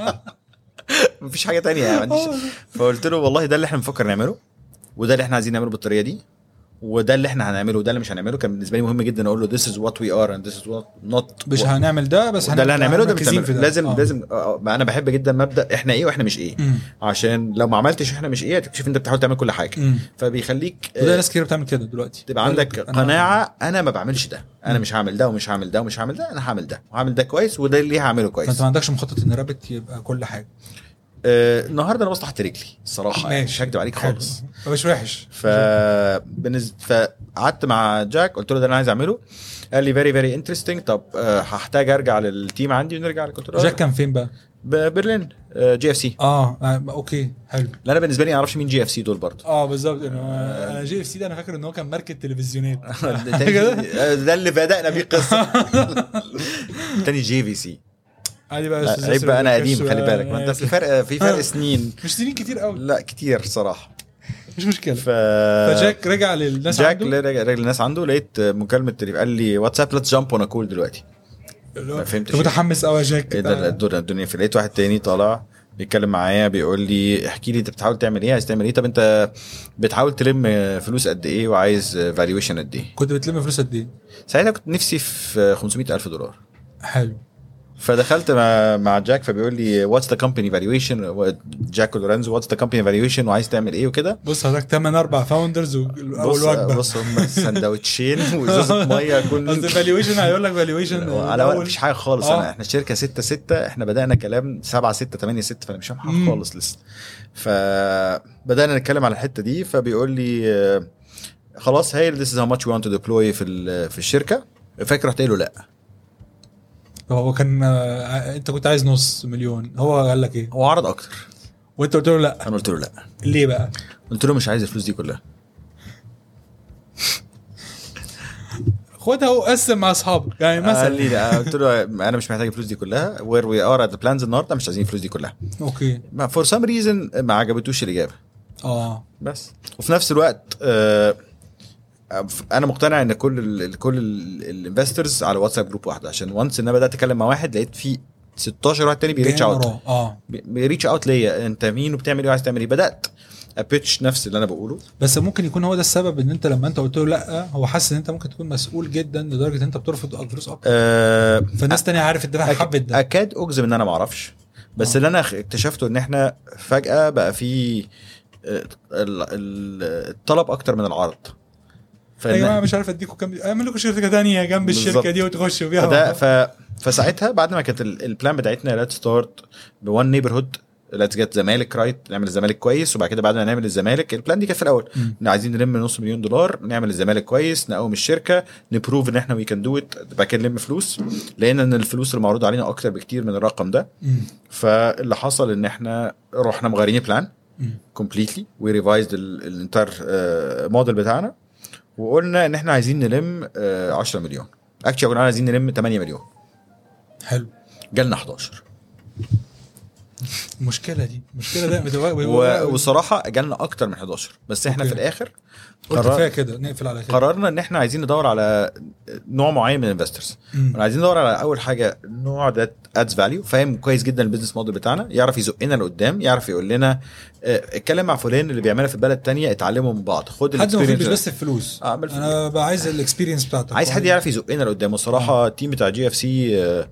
مفيش حاجه تانية يعني ما عنديش فقلت له والله ده اللي احنا بنفكر نعمله وده اللي احنا عايزين نعمله بالطريقه دي وده اللي احنا هنعمله وده اللي مش هنعمله كان بالنسبه لي مهم جدا اقول له this is what we are and this is what not مش هنعمل ده بس ده اللي هنعمله ده مش مركزين هنعمله. في ده لازم آه. لازم آه، ما انا بحب جدا مبدا احنا ايه واحنا مش ايه مم. عشان لو ما عملتش احنا مش ايه هتكتشف انت بتحاول تعمل كل حاجه مم. فبيخليك آه، وده ناس كتير بتعمل كده دلوقتي تبقى عندك أنا- قناعه انا ما بعملش ده انا مش هعمل ده ومش هعمل ده ومش هعمل ده انا هعمل ده وهعمل ده كويس وده اللي هعمله فانت كويس ما عندكش مخطط ان رابط يبقى كل حاجه آه، النهارده انا بصلح رجلي الصراحه يعني ماشي. مش هكدب عليك خالص حلو. مش وحش ف بالنسبه فقعدت مع جاك قلت له ده اللي انا عايز اعمله قال لي فيري فيري انترستنج طب آه، هحتاج ارجع للتيم عندي ونرجع لك قلت له جاك كان فين بقى؟ ب- برلين جي اف سي اه آه، اوكي حلو لا انا بالنسبه لي ما اعرفش مين جي اف سي دول برضه اه بالظبط انه آه. انا جي اف سي ده انا فاكر ان هو كان ماركت تلفزيونات تاني- آه، ده اللي بدانا بيه القصه تاني جي في سي عادي بقى يا أستاذ عيب ياسر، بقى انا ما قديم تخافش خلي بقى. بالك ما انت في فرق في آه. فرق سنين يعني مش سنين كتير قوي لا كتير صراحه مش مشكله ف فجاك رجع للناس جاك عنده رجع رجل الناس عنده لقيت مكالمه تليف قال لي واتساب ليتس جامب اون كول دلوقتي اللي هو ما فهمتش. أنت متحمس قوي يا جاك ايه ده تعالى. الدنيا الدنيا في لقيت واحد تاني طالع بيتكلم معايا بيقول لي احكي لي انت بتحاول تعمل ايه عايز تعمل ايه طب انت بتحاول تلم فلوس قد ايه وعايز فالويشن قد ايه كنت بتلم فلوس قد ايه؟ ساعتها كنت نفسي في 500 الف دولار حلو فدخلت مع مع جاك فبيقول لي واتس ذا كومباني فالويشن جاك لورانزو واتس ذا كومباني فالويشن وعايز تعمل ايه وكده بص حضرتك تمن اربع فاوندرز واول بص وجبه بص هم سندوتشين وازازه ميه قصدي كل فالويشن هيقول لك فالويشن على وقت مفيش حاجه خالص آه. انا احنا شركه 6 6 احنا بدانا كلام 7 6 8 6 فانا مش فاهم حاجه مم. خالص لسه فبدانا نتكلم على الحته دي فبيقول لي آه، خلاص هاي ذيس از هاو ماتش وي ونت تو ديبلوي في ال- في الشركه فاكر رحت قايل له لا هو كان آه، انت كنت عايز نص مليون هو قال لك ايه؟ هو عرض اكتر وانت قلت له لا انا قلت له لا ليه بقى؟ قلت له مش عايز الفلوس دي كلها خدها وقسم مع اصحابك يعني قال مثلا لي لا، قلت له انا مش محتاج الفلوس دي كلها وير وي ار ات ذا بلانز النهارده مش عايزين الفلوس دي كلها اوكي فور سام ريزن ما عجبتوش الاجابه اه بس وفي نفس الوقت آه، انا مقتنع ان كل ال كل الانفسترز على واتساب جروب واحد عشان وانس ان انا بدات اتكلم مع واحد لقيت في 16 واحد تاني بيريتش جايين اوت وراه. اه بيريتش اوت ليا انت مين وبتعمل ايه وعايز تعمل ايه بدات ابيتش نفس اللي انا بقوله بس ممكن يكون هو ده السبب ان انت لما انت قلت له لا هو حاسس ان انت ممكن تكون مسؤول جدا لدرجه ان انت بترفض الدروس اكتر آه، فالناس تانية عارف ده أك- حبت ده اكاد اجزم ان انا ما اعرفش بس آه. اللي انا اكتشفته ان احنا فجاه بقى في آه، ال- ال- الطلب اكتر من العرض فإن- يا جماعه أيوة، مش عارف اديكم كام اعمل لكم شركه تانية جنب الشركه بالظبط. دي وتخشوا فده بيها ف... فساعتها بعد ما كانت ال- البلان بتاعتنا لات ستارت بوان نيبر هود لاتس جت زمالك رايت نعمل الزمالك كويس وبعد كده بعد ما نعمل الزمالك البلان دي كانت في الاول مم. إن عايزين نلم نص مليون دولار نعمل الزمالك كويس نقوم الشركه نبروف ان احنا وي كان دو ات بعد كده نلم فلوس لقينا ان الفلوس المعروض علينا اكتر بكتير من الرقم ده مم. فاللي حصل ان احنا رحنا مغيرين البلان مم. كومبليتلي وي ريفايزد الانتاير موديل آه، بتاعنا وقلنا ان احنا عايزين نلم آه، 10 مليون اكشلي كنا عايزين نلم 8 مليون حلو جالنا 11 المشكله دي المشكله ده و- متوا- وصراحه جالنا اكتر من 11 بس احنا في أوكي. الاخر قلت قرار- كفايه كده نقفل على كده قررنا ان احنا عايزين ندور على نوع معين من الانفسترز مم. عايزين ندور على اول حاجه نوع ده ادز فاليو فاهم كويس جدا البيزنس موديل بتاعنا يعرف يزقنا لقدام يعرف يقول لنا آه، اتكلم مع فلان اللي بيعملها في بلد تانية اتعلموا من بعض خد حد ما الexperience فيش ده. بس الفلوس آه، بالفلوس. انا بقى عايز الاكسبيرينس بتاعتك عايز حد يعرف يزقنا لقدام آه. الصراحه التيم بتاع جي اف سي آه،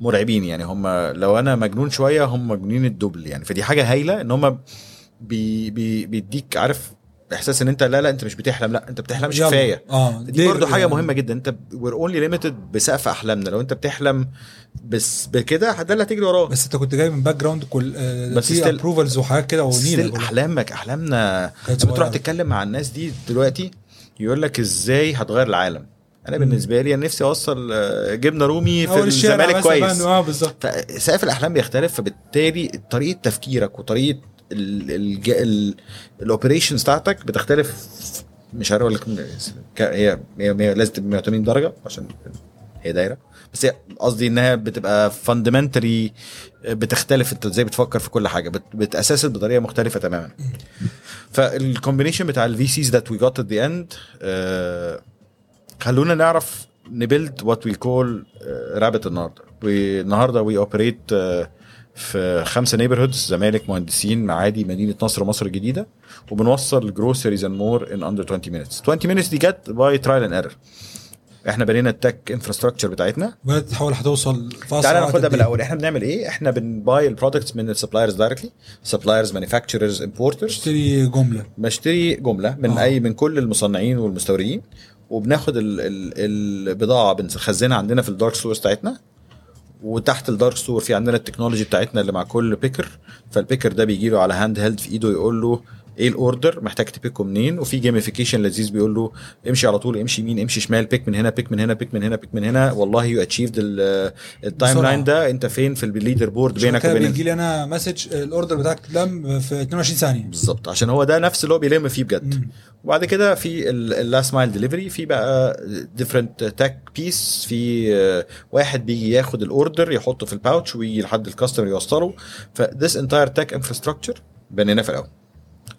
مرعبين يعني هم لو انا مجنون شويه هم مجنونين الدبل يعني فدي حاجه هايله ان هم بي بي بيديك عارف احساس ان انت لا لا انت مش بتحلم لا انت بتحلم مش يلا. كفايه اه دي برضه دير- حاجه مهمه جدا انت وير اونلي ليميتد بسقف احلامنا لو انت بتحلم بس بكده ده اللي هتجري وراه بس انت كنت جاي من باك جراوند كل بس بس still- ابروفلز وحاجات كده ستيل ونيله احلامك احلامنا كانت انت بتروح صغيرة. تتكلم مع الناس دي دلوقتي يقول لك ازاي هتغير العالم انا مم. بالنسبه لي انا نفسي اوصل آه، جبنه رومي في أول الشارع الزمالك مثلا، كويس اه بالظبط فسقف الاحلام بيختلف فبالتالي طريقه تفكيرك وطريقه الاوبريشنز بتاعتك بتختلف مش عارف اقول لك من- ك- هي هي هي لازم تبقى 180 درجه عشان هي دايره بس هي قصدي انها بتبقى فاندمنتالي بتختلف انت ازاي بتفكر في كل حاجه بت- بتاسست بطريقه مختلفه تماما فالكومبينيشن بتاع الفي سيز ذات وي جوت ات ذا اند آه، خلونا نعرف نبيلد وات وي كول رابت النهارده آه، We- النهارده وي اوبريت في خمسه نيبرهودز زمالك مهندسين معادي مدينه نصر مصر الجديده وبنوصل جروسريز اند مور ان اندر 20 مينتس 20 مينتس دي جت باي ترايل اند ايرور احنا بنينا التك انفراستراكشر بتاعتنا ولا تحاول هتوصل في أسرع تعالى وقت ناخدها قد إيه؟ من الاول احنا بنعمل ايه احنا بنباي البرودكتس من السبلايرز دايركتلي سبلايرز مانيفاكتشرز امبورترز اشتري جمله بشتري جمله من آه. آه. اي من كل المصنعين والمستوردين وبناخد ال ال البضاعه بنخزنها عندنا في الدارك ستور بتاعتنا وتحت الدارك ستور في عندنا التكنولوجي بتاعتنا اللي مع كل بيكر فالبيكر ده بيجي له على هاند هيلد في ايده يقول له ايه الاوردر محتاج تبيكه منين وفي جيميفيكيشن لذيذ بيقول له امشي على طول امشي يمين امشي شمال بيك من هنا بيك من هنا بيك من هنا بيك من هنا والله يو اتشيفد التايم بسرعة. لاين ده انت فين في الليدر بورد بينك بينك وبين بيجي لي انا مسج الاوردر بتاعك اتلم في 22 ثانيه بالظبط عشان هو ده نفس اللي هو بيلم فيه بجد مم. وبعد كده في اللاست مايل ديليفري في بقى ديفرنت تاك بيس في آه، واحد بيجي ياخد الاوردر يحطه في الباوتش ويجي لحد الكاستمر يوصله فذس انتاير تاك انفراستراكشر بنيناه في الاول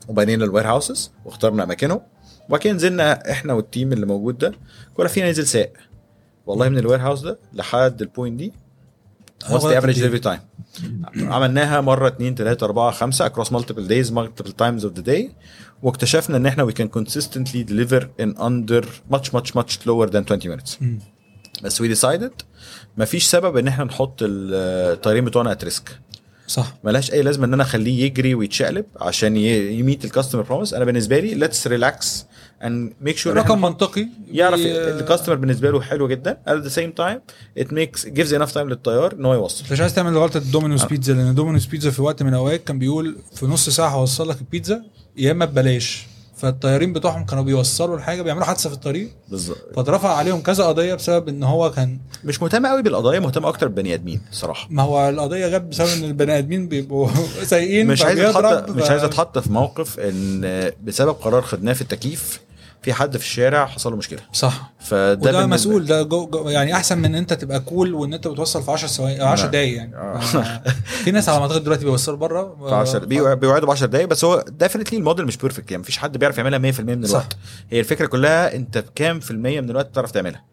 وبنينا الوير هاوسز واخترنا اماكنهم وبعد كده نزلنا احنا والتيم اللي موجود ده كل فينا ينزل ساق والله من الوير هاوس ده لحد البوينت دي واتس هو ذا ده افريج التدريب. ديليفري تايم عملناها مره 2 3 4 5 اكروس مالتيبل دايز مالتيبل تايمز اوف ذا داي واكتشفنا ان احنا وي كان كونسيستنتلي ديليفر ان اندر ماتش ماتش ماتش لور ذان 20 مينتس مم. بس وي ديسايدد مفيش سبب ان احنا نحط الطيارين بتوعنا ات ريسك صح ملهاش اي لازمه ان انا اخليه يجري ويتشقلب عشان ي- يميت الكاستمر بروميس انا بالنسبه لي ليتس ريلاكس اند ميك شور رقم منطقي يعرف بي- الكاستمر بالنسبه له حلو جدا at the same time it makes gives enough time للطيار ان هو يوصل انت مش عايز تعمل غلطه آه. دومينوز بيتزا لان دومينوز بيتزا في وقت من الاوقات كان بيقول في نص ساعه هوصل لك البيتزا يا اما ببلاش فالطيارين بتوعهم كانوا بيوصلوا الحاجه بيعملوا حادثه في الطريق بالظبط فاترفع عليهم كذا قضيه بسبب ان هو كان مش مهتم قوي بالقضايا مهتم اكتر ببني ادمين صراحه ما هو القضيه جت بسبب ان البني ادمين بيبقوا سايقين مش عايز اتحط فبيضرب، مش ف- عايز اتحط في موقف ان بسبب قرار خدناه في التكييف في حد في الشارع حصل له مشكله صح فده وده بالنسبة- مسؤول ده جو جو يعني احسن من ان انت تبقى كول وان انت بتوصل في 10 ثواني 10 لا. دقايق يعني آه. آه، في ناس على ما اعتقد دلوقتي بيوصلوا بره في 10 بيوع- بيوعدوا ب 10 دقايق بس هو ديفنتلي الموديل مش بيرفكت يعني مفيش حد بيعرف يعملها 100% من صح. الوقت هي الفكره كلها انت بكام في المية من الوقت بتعرف تعملها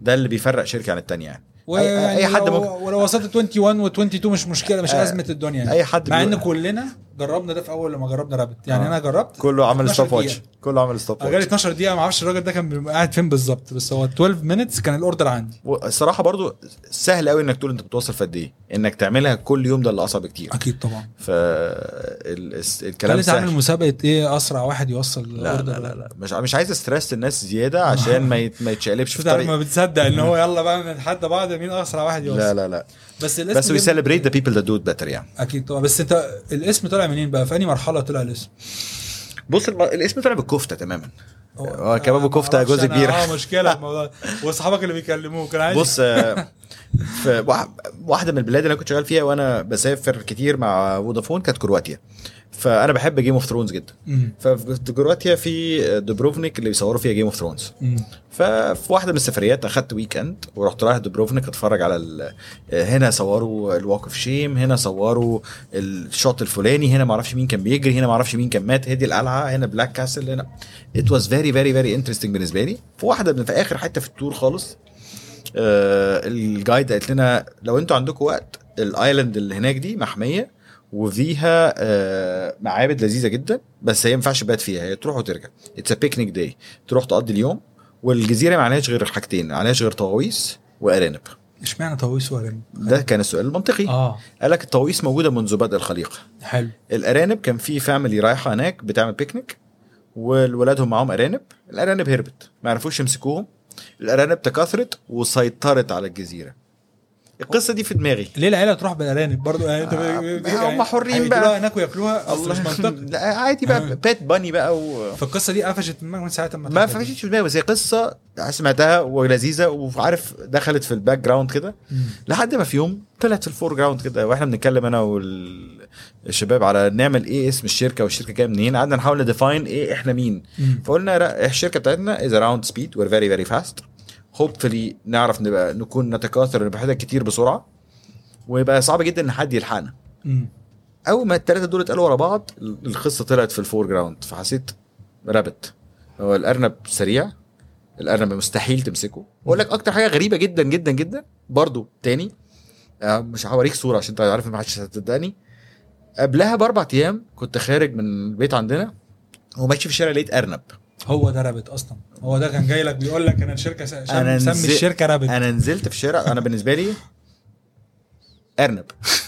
ده اللي بيفرق شركه عن التانيه يعني و- أي- يعني اي حد لو- ممكن ولو وصلت 21 و22 مش مشكله مش آه، ازمه الدنيا يعني. اي حد مع بيقول- ان كلنا جربنا ده في اول لما جربنا رابط يعني آه. انا جربت كله عمل 12 ستوب واتش دقيقة. كله عمل ستوب أنا جالي واتش 12 دقيقه ما اعرفش الراجل ده كان بيبقى قاعد فين بالظبط بس هو 12 مينتس كان الاوردر عندي الصراحه برضو سهل قوي انك تقول انت بتوصل في قد ايه انك تعملها كل يوم ده اللي اصعب كتير اكيد طبعا ف ال- الس- الكلام خلي سهل تعمل مسابقه ايه اسرع واحد يوصل لا الاوردر لا لا, لا. مش مش عايز استرس الناس زياده عشان ما يت- ما يتشقلبش في شفت عارف ما الطريق بتصدق ان هو يلا بقى نتحدى بعض مين اسرع واحد يوصل لا لا لا بس الاسم بس وي جه- سيلبريت ذا بيبل ذات دو بيتر يعني اكيد طبعا بس انت الاسم طلع منين بقى في انهي مرحله طلع الاسم بص الم- الاسم طلع بالكفته تماما هو- هو آه، كباب أنا وكفتة معرفش جزء أنا- كبير. اه مشكله الموضوع ده. واصحابك اللي بيكلموك انا عايز بص آه، في واح- واحده من البلاد اللي انا كنت شغال فيها وانا بسافر كتير مع فودافون كانت كرواتيا فانا بحب جيم اوف ثرونز جدا مم. ففي كرواتيا في دوبروفنيك اللي بيصوروا فيها جيم اوف ثرونز مم. ففي واحده من السفريات اخدت ويك اند ورحت رايح دوبروفنيك اتفرج على ال... هنا صوروا الواك اوف شيم هنا صوروا الشوط الفلاني هنا معرفش مين كان بيجري هنا معرفش مين كان مات هدي القلعه هنا بلاك كاسل هنا ات واز فيري فيري فيري انترستنج بالنسبه لي في واحده من في اخر حته في التور خالص آه الجايد قالت لنا لو انتوا عندكم وقت الايلاند اللي هناك دي محميه وفيها آه معابد لذيذه جدا بس هي ما ينفعش تبات فيها هي تروح وترجع اتس ا بيكنيك داي تروح تقضي اليوم والجزيره ما عليهاش غير حاجتين ما عليهاش غير طواويس وارانب اشمعنى طويس وارن ده كان السؤال المنطقي اه قال لك الطواويس موجوده منذ بدء الخليقه حلو الارانب كان في فاميلي رايحه هناك بتعمل بيكنيك والولادهم معاهم ارانب الارانب هربت ما عرفوش يمسكوهم الارانب تكاثرت وسيطرت على الجزيره القصه دي في دماغي ليه العيله تروح بالارانب برضو يعني انت آه، يعني هم حرين هياكلوها بقى. هناك وياكلوها الله مش منطقي لا عادي بقى آه. بات باني بقى و... فالقصه دي قفشت من من ساعه ما ما اتعملت. فيش في دماغي بس هي قصه سمعتها ولذيذه وعارف دخلت في الباك جراوند كده مم. لحد ما في يوم طلعت في الفور جراوند كده واحنا بنتكلم انا والشباب على نعمل ايه اسم الشركه والشركه جايه منين قعدنا نحاول نديفاين ايه احنا مين مم. فقلنا لا، الشركه بتاعتنا از اراوند سبيد وير فيري فيري فاست هوبفلي نعرف نبقى نكون نتكاثر نبقى كتير بسرعه ويبقى صعب جدا ان حد يلحقنا مم. اول ما الثلاثه دول اتقالوا ورا بعض القصه طلعت في الفور جراوند فحسيت رابت هو الارنب سريع الارنب مستحيل تمسكه اقول لك اكتر حاجه غريبه جدا جدا جدا برضو تاني آه، مش هوريك صوره عشان انت عارف إن ما حدش هتصدقني قبلها باربع ايام كنت خارج من البيت عندنا وماشي في الشارع لقيت ارنب هو ده رابط اصلا هو ده كان جاي لك بيقول لك انا الشركه س- شم- أنا سمي نزل- الشركه رابط انا نزلت في الشارع انا بالنسبه لي ارنب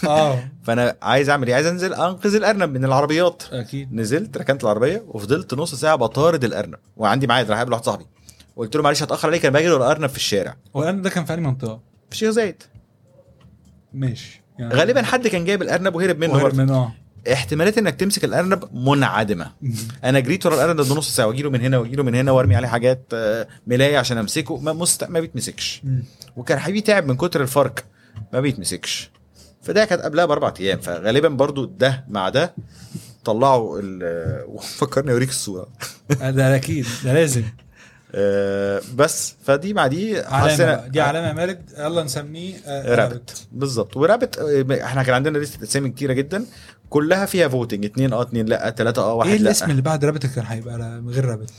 اه فانا عايز اعمل ايه عايز انزل انقذ الارنب من العربيات اكيد نزلت ركنت العربيه وفضلت نص ساعه بطارد الارنب وعندي ميعاد رايح اقابل واحد صاحبي قلت له معلش هتاخر عليك انا بجري ورا الارنب في الشارع هو الارنب ده كان في انهي منطقه؟ في شيخ زايد ماشي يعني غالبا حد كان جايب الارنب وهرب منه وهرب برضه. منه اه احتمالات انك تمسك الارنب منعدمه انا جريت ورا الارنب ده نص ساعه واجيله من هنا واجيله من هنا وارمي عليه حاجات آه، ملايه عشان امسكه ما مست... ما بيتمسكش مم. وكان حبيبي تعب من كتر الفرق ما بيتمسكش فده كانت قبلها باربع ايام فغالبا برضو ده مع ده طلعوا ال... وفكرني اوريك الصوره آه، ده اكيد ده لازم آه، بس فدي مع دي علامه حسنا- بقى. دي علامه يا مالك يلا نسميه آه، رابت بالظبط ورابت آه، احنا كان عندنا لسه اسامي كتيره جدا كلها فيها فوتنج اتنين اه اتنين لا تلاته اه واحد ايه لا الاسم اللي بعد رابط كان هيبقى لا- غير رابط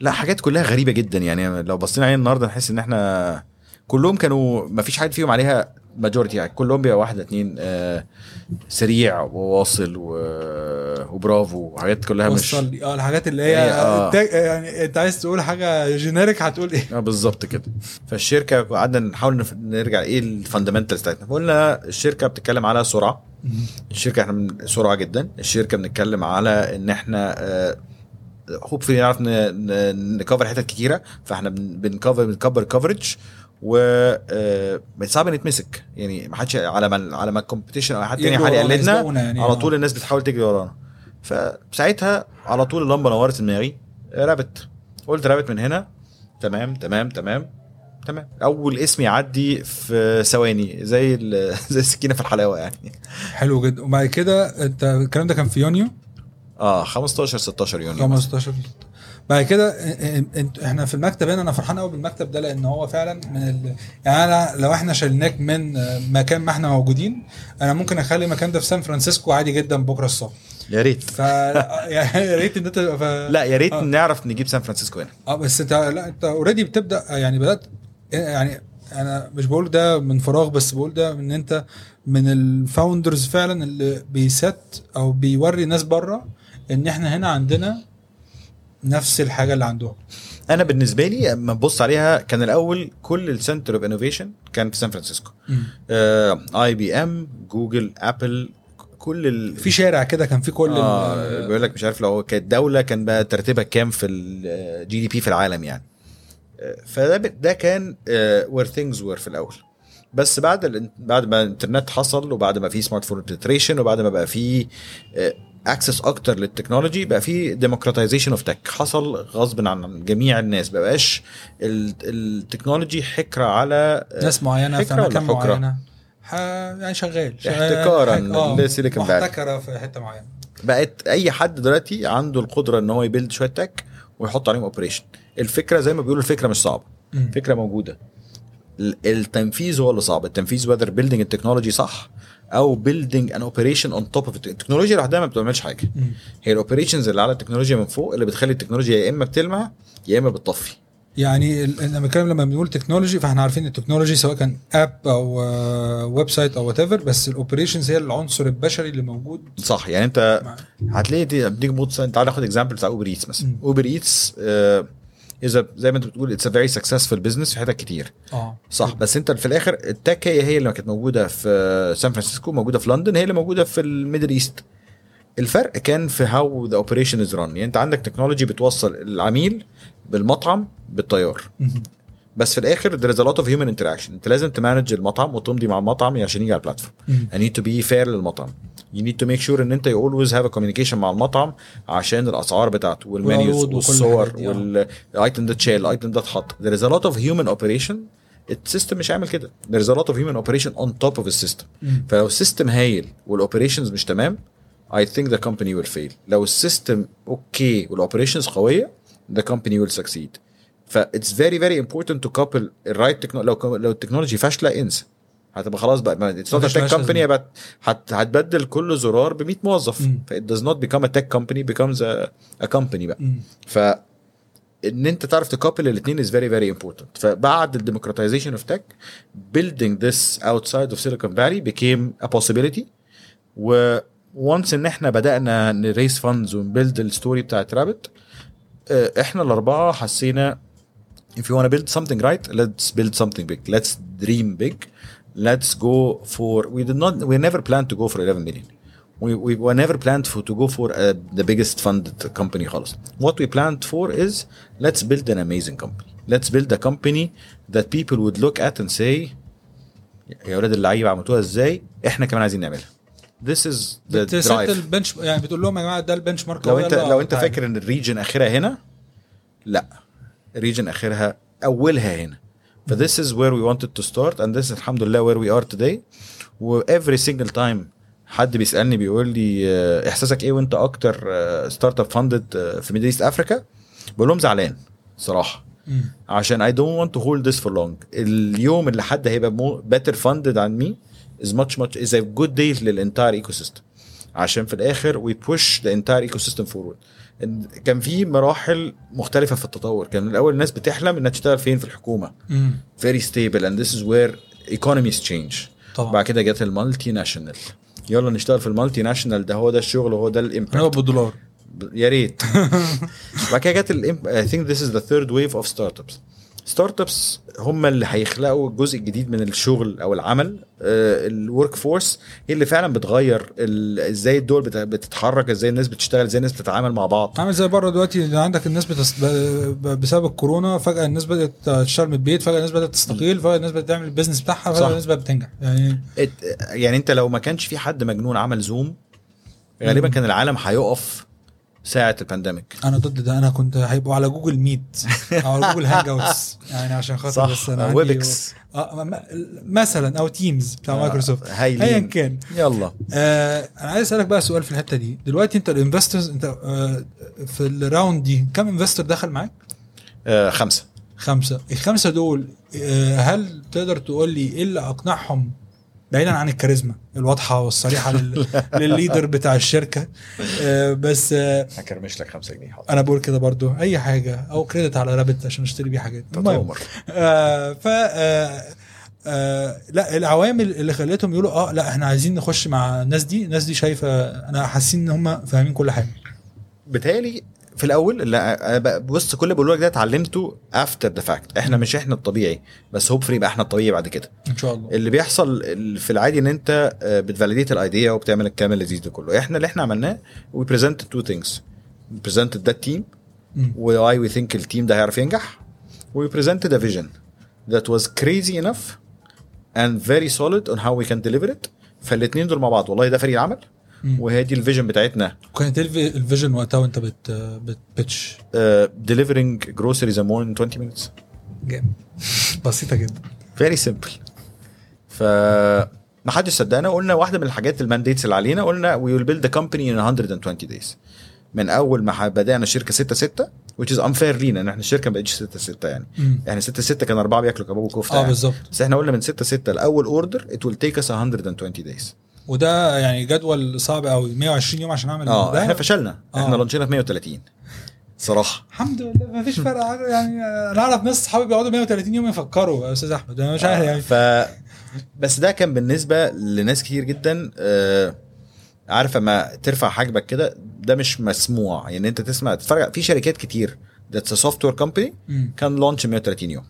لا حاجات كلها غريبه جدا يعني لو بصينا عليه النهارده نحس ان احنا كلهم كانوا ما فيش حد فيهم عليها ماجورتي يعني كلهم بيبقى واحده اتنين آه سريع وواصل و... وبرافو وحاجات كلها مش وصل لي اه الحاجات اللي هي هي آه. آه. يعني انت عايز تقول حاجه جينيريك هتقول ايه اه بالظبط كده فالشركه قعدنا نحاول نف- نرجع ايه الفاندمنتالز بتاعتنا فقلنا الشركه بتتكلم على سرعه الشركه احنا من سرعه جدا الشركه بنتكلم على ان احنا هوب في نعرف نكفر حتت كتيره فاحنا بن- بنكفر بنكبر كفرج و آه، صعب نتمسك يعني ما حدش على ما على ما الكومبيتيشن او حد تاني يجوا حد يقلدنا يسبقونا يعني على طول الناس بتحاول تجري ورانا فساعتها على طول اللمبه نورت في دماغي رابت قلت رابت من هنا تمام تمام تمام تمام اول اسم يعدي في ثواني زي ال- زي السكينه في الحلاوه يعني حلو جدا وبعد كده انت الكلام ده كان في يونيو اه 15 16 يونيو 15 بعد كده ا- ا- انت- احنا في المكتب هنا انا فرحان قوي بالمكتب ده لان هو فعلا من ال... يعني انا لو احنا شلناك من آه، مكان ما احنا موجودين انا ممكن اخلي المكان ده في سان فرانسيسكو عادي جدا بكره الصبح يا ريت ف يعني يا ريت ان انت ف... لا يا ريت آه. نعرف نجيب سان فرانسيسكو هنا اه بس انت لا انت اوريدي بتبدا يعني بدات يعني انا مش بقول ده من فراغ بس بقول ده ان انت من الفاوندرز فعلا اللي بيست او بيوري ناس بره ان احنا هنا عندنا نفس الحاجه اللي عندهم انا بالنسبه لي لما ببص عليها كان الاول كل السنتر اوف انوفيشن كان في سان فرانسيسكو آه، اي بي ام جوجل ابل كل ال... في شارع كده كان فيه كل ال- آه بيقول لك مش عارف لو كانت دوله كان بقى ترتيبها كام في آه، الجي دي بي في العالم يعني آه، فده ب- ده كان آه، وير ثينجز وير في الاول بس بعد ال... بعد ما الانترنت حصل وبعد ما في سمارت فون بنتريشن وبعد ما بقى في اكسس اكتر للتكنولوجي بقى في ديموكراتيزيشن اوف تك حصل غصب عن جميع الناس ما بقاش ال- التكنولوجي حكره على آه، ناس معينه في حكرة ولا مكان حكرة؟ معينه ح- يعني شغال شغال- احتكاراً حاجة- آه، لسيليكون فالي. محتكره في حته معينه بقت اي حد دلوقتي عنده القدره ان هو يبيلد شويه تك ويحط عليهم اوبريشن الفكره زي ما بيقولوا الفكره مش صعبه مم. الفكره موجوده ال- التنفيذ هو اللي صعب التنفيذ whether building التكنولوجي صح او building an operation on top of it التكنولوجيا لوحدها ما بتعملش حاجه مم. هي الاوبريشنز اللي على التكنولوجيا من فوق اللي بتخلي التكنولوجيا يا اما بتلمع يا اما بتطفي يعني ال- انا بنتكلم لما بنقول تكنولوجي فاحنا عارفين التكنولوجي سواء كان اب او آه، ويب سايت او وات ايفر بس الاوبريشنز هي العنصر البشري اللي موجود صح يعني انت مع- هتلاقي دي بتيجي بوت تعال ناخد اكزامبل بتاع اوبر ايتس مثلا نعم. مم. اوبر ايتس اذا آه، زي ما انت بتقول اتس فيري سكسسفul بزنس في حتت كتير اه صح بس انت في الاخر التك هي هي اللي كانت موجوده في سان فرانسيسكو موجوده في لندن هي اللي موجوده في الميدل ايست الفرق كان في هاو ذا اوبريشن از ران يعني انت عندك تكنولوجي بتوصل العميل بالمطعم بالطيار مهم. بس في الاخر there is a lot of human interaction انت لازم تمانج المطعم وتمضي مع المطعم عشان يجي على البلاتفورم مم. I need to be fair للمطعم you need to make sure ان انت you always have a communication مع المطعم عشان الاسعار بتاعته والمنيوز والعروض وكل والصور الحاجات دي، والايتم ده اتشال الايتم ده اتحط there is a lot of human operation السيستم مش عامل كده there is a lot of human operation on top of the system مم. فلو السيستم هايل والاوبريشنز مش تمام I think the company will fail لو السيستم اوكي والاوبريشنز قويه the company will succeed ف it's very very important to couple الرايت right techno- لو لو التكنولوجي فاشله انسى هتبقى خلاص بقى ما- it's not a مفيش tech ملهاش company لازمة. هت- هت- هتبدل كل زرار ب 100 موظف مم. ف it does not become a tech company becomes a, a company بقى مم. ف ان انت تعرف تكابل الاثنين از فيري فيري امبورتنت فبعد الديموكراتيزيشن اوف تك بيلدينج ذس اوتسايد اوف سيليكون فالي became a possibility و once ان احنا بدانا نريس فاندز ونبيلد الستوري بتاعت رابت آه، احنا الاربعه حسينا if you want to build something right let's build something big let's dream big let's go for we did not we never planned to go for 11 million we, we were never planned for to go for uh, the biggest funded company خالص what we planned for is let's build an amazing company let's build a company that people would look at and say يا ولاد اللعيبه عملتوها ازاي احنا كمان عايزين نعملها this is the بتست drive البنش يعني بتقول لهم يا جماعه ده البنش مارك لو هو ده انت اللي لو انت هقطع عليه. فاكر ان الريجن اخرها هنا لا الريجن اخرها اولها هنا ف this is where we wanted to start and this is الحمد لله where we are today و every single time حد بيسالني بيقول لي آه، احساسك ايه وانت اكتر ستارت اب فاندد آه، في ميدل ايست افريكا بقول لهم زعلان صراحه مم. عشان I don't want to hold this for long اليوم اللي حد هيبقى مو better funded عن me is much much is a good day للentire ecosystem عشان في الاخر we push the entire ecosystem forward إن- كان في مراحل مختلفة في التطور كان الأول الناس بتحلم إنها تشتغل فين في الحكومة مم. very stable and this is where economies change طبعا بعد كده جت المالتي ناشونال يلا نشتغل في المالتي ناشونال ده هو ده الشغل وهو ده الامباكت هنبقى بالدولار يا ريت بعد كده جت الام اي ثينك ذيس از ذا ثيرد ويف اوف ستارت ابس ستارت ابس هم اللي هيخلقوا الجزء الجديد من الشغل او العمل الورك فورس هي اللي فعلا بتغير ال- ازاي الدول بت- بتتحرك ازاي الناس بتشتغل ازاي الناس بتتعامل مع بعض عامل زي بره دلوقتي اللي عندك الناس بتست... ب- ب- بسبب الكورونا فجاه الناس بدات تشتغل من البيت فجاه الناس بدات تستقيل فجاه الناس بدات تعمل البيزنس بتاعها صح. فجاه الناس بدات بتنجح يعني ات- يعني انت لو ما كانش في حد مجنون عمل زوم غالبا مم. كان العالم هيقف ساعه البانديميك انا ضد ده انا كنت هيبقوا على جوجل ميت او على جوجل هانج اوتس يعني عشان خاطر بس صح انا عندي- ويبكس آه، م- م- مثلا او تيمز بتاع آه، مايكروسوفت ايا هايلين كان يلا آه انا عايز اسالك بقى سؤال في الحته دي دلوقتي انت الانفسترز انت آه في الراوند دي كم انفستر دخل معاك آه خمسه خمسه الخمسه دول آه هل تقدر تقول لي ايه اللي اقنعهم بعيدا عن الكاريزما الواضحه والصريحه لل... للليدر بتاع الشركه آه بس آه هكرمش لك 5 جنيه حاضر انا بقول كده برضو اي حاجه او كريدت على رابط عشان اشتري بيه حاجات المهم تؤمر آه ف آه آه لا العوامل اللي خلتهم يقولوا اه لا احنا عايزين نخش مع الناس دي الناس دي شايفه انا حاسين ان هم فاهمين كل حاجه بتهيألي في الاول لا أنا بص كل اللي بقوله لك ده اتعلمته افتر ذا فاكت احنا مش احنا الطبيعي بس هوب فري بقى احنا الطبيعي بعد كده ان شاء الله اللي بيحصل ال- في العادي ان انت بتفاليديت الايديا وبتعمل الكلام اللذيذ ده كله احنا اللي احنا عملناه وي بريزنت تو ثينجز بريزنت ده التيم مم. واي وي ثينك التيم ده هيعرف ينجح وي بريزنت ذا فيجن ذات واز كريزي انف اند فيري سوليد اون هاو وي كان ديليفر ات فالاثنين دول مع بعض والله ده فريق العمل مم. وهي دي الفيجن بتاعتنا كانت الف- الفيجن وقتها وانت بت بتبتش آه، delivering groceries in more than 20 minutes جامد بسيطه جدا very simple ف ما حدش صدقنا قلنا واحده من الحاجات المانديتس اللي علينا قلنا we will build the company in 120 days من اول ما ح- بدانا الشركه 6 6 which is unfair لينا ان احنا الشركه ما بقتش 6 6 يعني مم. احنا 6 6 كان اربعه بياكلوا كباب وكفته اه يعني. بالظبط بس احنا قلنا من 6 6 لاول اوردر it will take us 120 days وده يعني جدول صعب قوي 120 يوم عشان اعمل اه ده احنا فشلنا آه. احنا لانشينا في 130 صراحه الحمد لله مفيش فرق عن- يعني انا اعرف ناس صحابي بيقعدوا 130 يوم يفكروا يا استاذ احمد انا مش عارف يعني ف بس ده كان بالنسبه لناس كتير جدا آه، عارف اما ترفع حاجبك كده ده مش مسموع يعني انت تسمع تتفرج في شركات كتير ذاتس سوفت وير كومباني مم. كان لونش 130 يوم